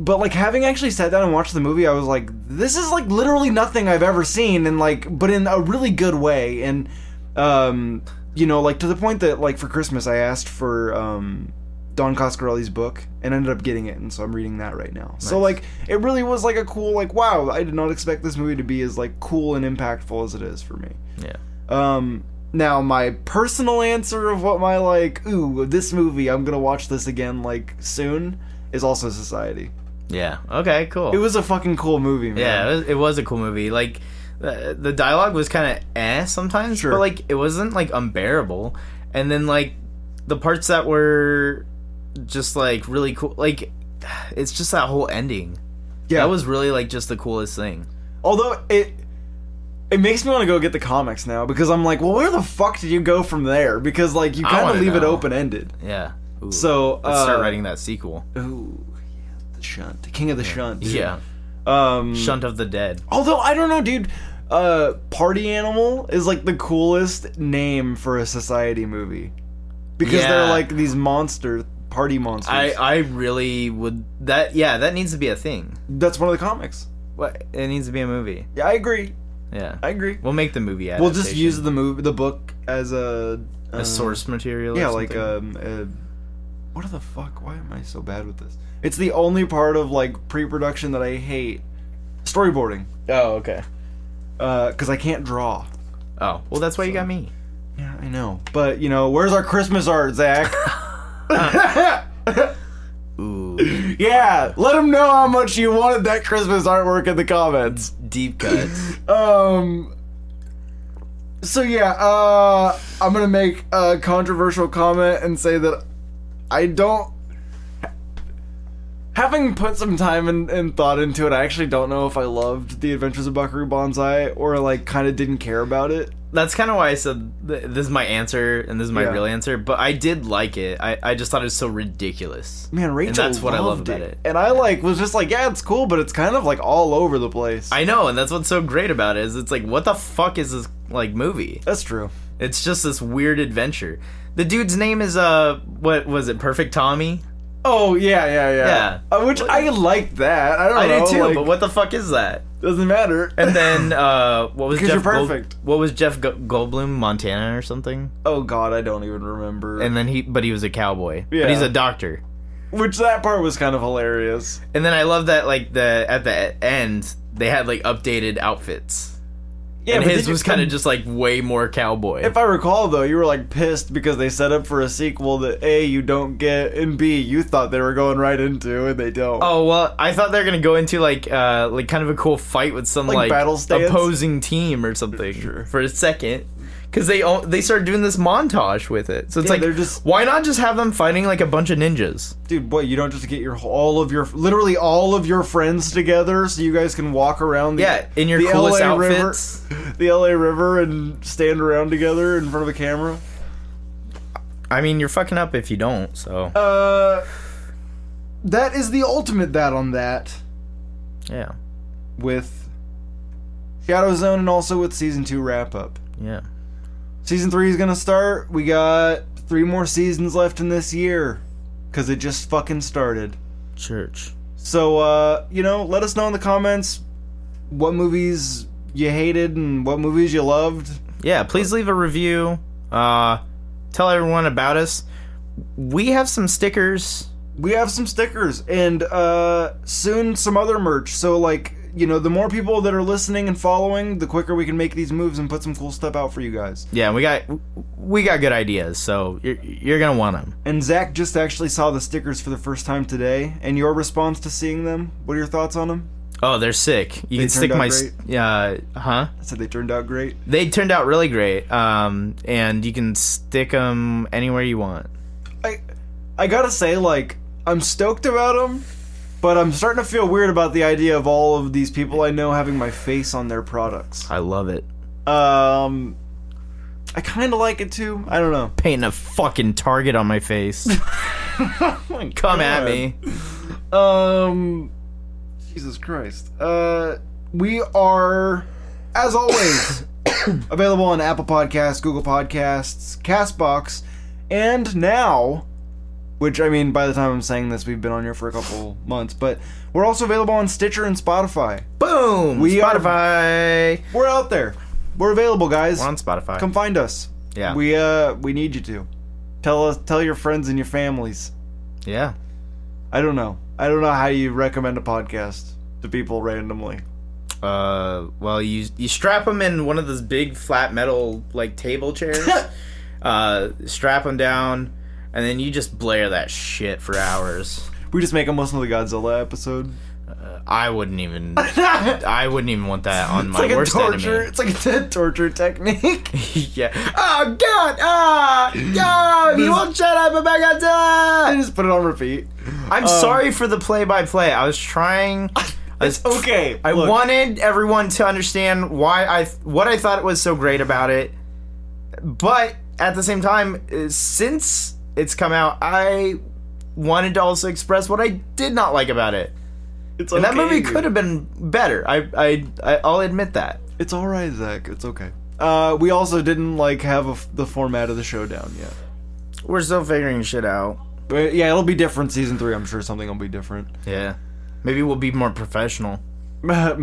A: but like having actually sat down and watched the movie, I was like, this is like literally nothing I've ever seen and like but in a really good way and um you know, like to the point that like for Christmas I asked for um Don Coscarelli's book and ended up getting it, and so I'm reading that right now. So
B: Nice.
A: like, it really was like a cool like wow, I did not expect this movie to be as like cool and impactful as it is for me.
B: yeah
A: Um, now my personal answer of what my like ooh this movie I'm gonna watch this again like soon is also Society.
B: yeah okay cool
A: It was a fucking cool movie, man.
B: yeah it was, it was a cool movie like the, the dialogue was kind of eh sometimes
A: Sure.
B: but like it wasn't like unbearable and then like the parts that were just like really cool like it's just that whole ending
A: yeah.
B: that was really like just the coolest thing
A: Although it it makes me want to go get the comics now because I'm like, well, where the fuck did you go from there? Because like you
B: I
A: kind of
B: wanna
A: leave it
B: know.
A: open ended.
B: yeah Ooh.
A: So
B: let's start
A: uh,
B: writing that sequel
A: Ooh, yeah, the shunt, the king of the shunt. dude.
B: yeah
A: Um,
B: shunt of the dead
A: although I don't know, dude. Uh, party animal is like the coolest name for a society movie because they're
B: Yeah.
A: like these monster party monsters.
B: i uh, i really would that yeah that needs to be a thing
A: That's one of the comics.
B: what it needs to be a movie
A: Yeah, I agree.
B: yeah
A: I agree.
B: we'll make the movie adaptation.
A: We'll just use the movie, the book as a um,
B: a source material or
A: Yeah, like
B: something.
A: um, uh, what the fuck? Why am I so bad with this? It's the only part of like pre-production that I hate. Storyboarding,
B: oh okay
A: because I can't draw.
B: Oh, well, that's why you got me.
A: Yeah, I know. But you know, where's our Christmas art, Zach?
B: Ooh.
A: Yeah, let them know how much you wanted that Christmas artwork in the comments.
B: Deep cuts.
A: Um. So yeah, uh, I'm gonna make a controversial comment and say that I don't. Having put some time and, and thought into it, I actually don't know if I loved The Adventures of Buckaroo Banzai or like kind of didn't care about it.
B: That's kind of why I said th- this is my answer and this is my
A: Yeah.
B: real answer. But I did like it. I, I just thought it was so ridiculous.
A: Man, Rachel
B: that's what I love
A: loved
B: about
A: it.
B: it.
A: And I like was just like, yeah, it's cool, but it's kind of like all over the place.
B: I know, and that's what's so great about it is it's like, what the fuck is this like movie?
A: That's true.
B: It's just this weird adventure. The dude's name is uh, what was it? Perfect Tommy.
A: Oh yeah, yeah, yeah.
B: Yeah.
A: Uh, which I like that. I don't
B: I
A: know.
B: do too,
A: like,
B: but what the fuck is that?
A: doesn't matter.
B: And then uh, what was Jeff
A: Because you're
B: Gold-
A: perfect.
B: what was Jeff Go- Goldblum Montana or something?
A: oh god, I don't even remember.
B: And then he, but he was a cowboy.
A: Yeah.
B: But he's a doctor.
A: which that part was kind of hilarious.
B: And then I love that like the at the end they had like updated outfits.
A: Yeah,
B: and
A: but
B: his
A: did you-
B: was kind of just like way more cowboy.
A: If I recall, though, you were like pissed because they set up for a sequel that a you don't get and b you thought they were going right into and they don't.
B: oh well, I thought they were gonna go into like uh like kind of a cool fight with some
A: Like
B: like,
A: battle stance?
B: opposing team or something
A: Sure.
B: for a second. Cause they all, they started doing this montage with it, so it's
A: Yeah,
B: like
A: they're just-
B: why not just have them fighting like a bunch of ninjas?
A: dude, boy, you don't just get your all of your literally all of your friends together so you guys can walk around. The,
B: Yeah, in your
A: the
B: coolest
A: LA
B: outfits.
A: River, the LA River, and stand around together in front of a camera.
B: I mean, you're fucking up if you don't. So
A: Uh, that is the ultimate that on that
B: yeah,
A: with Shadow Zone and also with season two wrap up.
B: yeah.
A: Season three is gonna start. We got three more seasons left in this year because it just fucking started.
B: Church.
A: So uh, you know, let us know in the comments what movies you hated and what movies you loved.
B: yeah please leave a review uh tell everyone about us we have some stickers
A: we have some stickers and uh soon some other merch so like you know the more people that are listening and following the quicker we can make these moves and put some cool stuff out for you guys
B: yeah we got we got good ideas so you're, you're gonna want them
A: and zach just actually saw the stickers for the first time today and your response to seeing them what are your thoughts on them
B: oh they're sick you can
A: turned
B: stick
A: out
B: my s- uh huh
A: i said they turned out great
B: they turned out really great um and you can stick them anywhere you want
A: i i gotta say like i'm stoked about them but i'm starting to feel weird about the idea of all of these people i know having my face on their products
B: i love it
A: um i kind of like it too i don't know
B: painting a fucking target on my face come at me
A: Um, Jesus Christ. Uh, we are, as always, available on Apple Podcasts, Google Podcasts, Castbox, and now, which I mean, by the time I'm saying this, we've been on here for a couple months, but we're also available on Stitcher and Spotify.
B: boom
A: We are-
B: spotify
A: We're out there. We're available, guys.
B: we're on spotify
A: Come find us.
B: yeah
A: We uh, we need you to. Tell us, tell your friends and your families.
B: yeah
A: I don't know. I don't know how you recommend a podcast to people randomly.
B: uh well you you strap them in one of those big flat metal like table chairs uh strap them down and then you just blare that shit for hours
A: We just make them listen to the Godzilla episode.
B: i wouldn't even
A: it's
B: i wouldn't even want that on my
A: like a
B: worst
A: torture.
B: enemy
A: It's like a t- torture technique.
B: yeah oh god ah god you won't shut up about
A: I
B: godzilla
A: just put it on repeat. Um,
B: i'm sorry for the play-by-play i was trying I was
A: It's okay.
B: I
A: Look,
B: wanted everyone to understand why I what I thought was so great about it, but at the same time, uh, since it's come out, I wanted to also express what I did not like about it.
A: It's
B: And that
A: okay,
B: movie
A: dude.
B: could have been better. I, I I I'll admit that.
A: It's all right, Zach. It's okay. Uh, we also didn't like have a f the format of the showdown yet.
B: We're still figuring shit out.
A: But yeah, it'll be different season three. I'm sure something will be different.
B: Yeah, maybe we'll be more professional.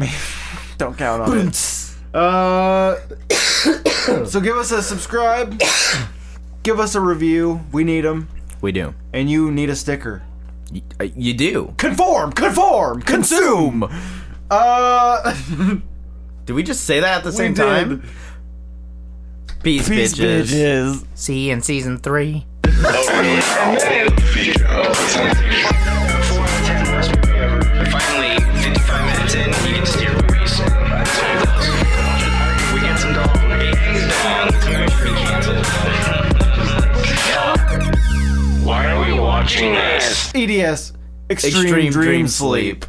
A: Don't count on it. Uh, so give us a subscribe. give us a review. We need them,
B: We do.
A: and you need a sticker.
B: Y- uh, you do.
A: Conform, conform, consume. Uh,
B: Did we just say that at the same
A: did.
B: time? Peace,
A: peace,
B: bitches.
A: bitches.
B: See you in season three.
C: Feature of something. Four, ten,
A: E Yes. Extreme, dream, sleep.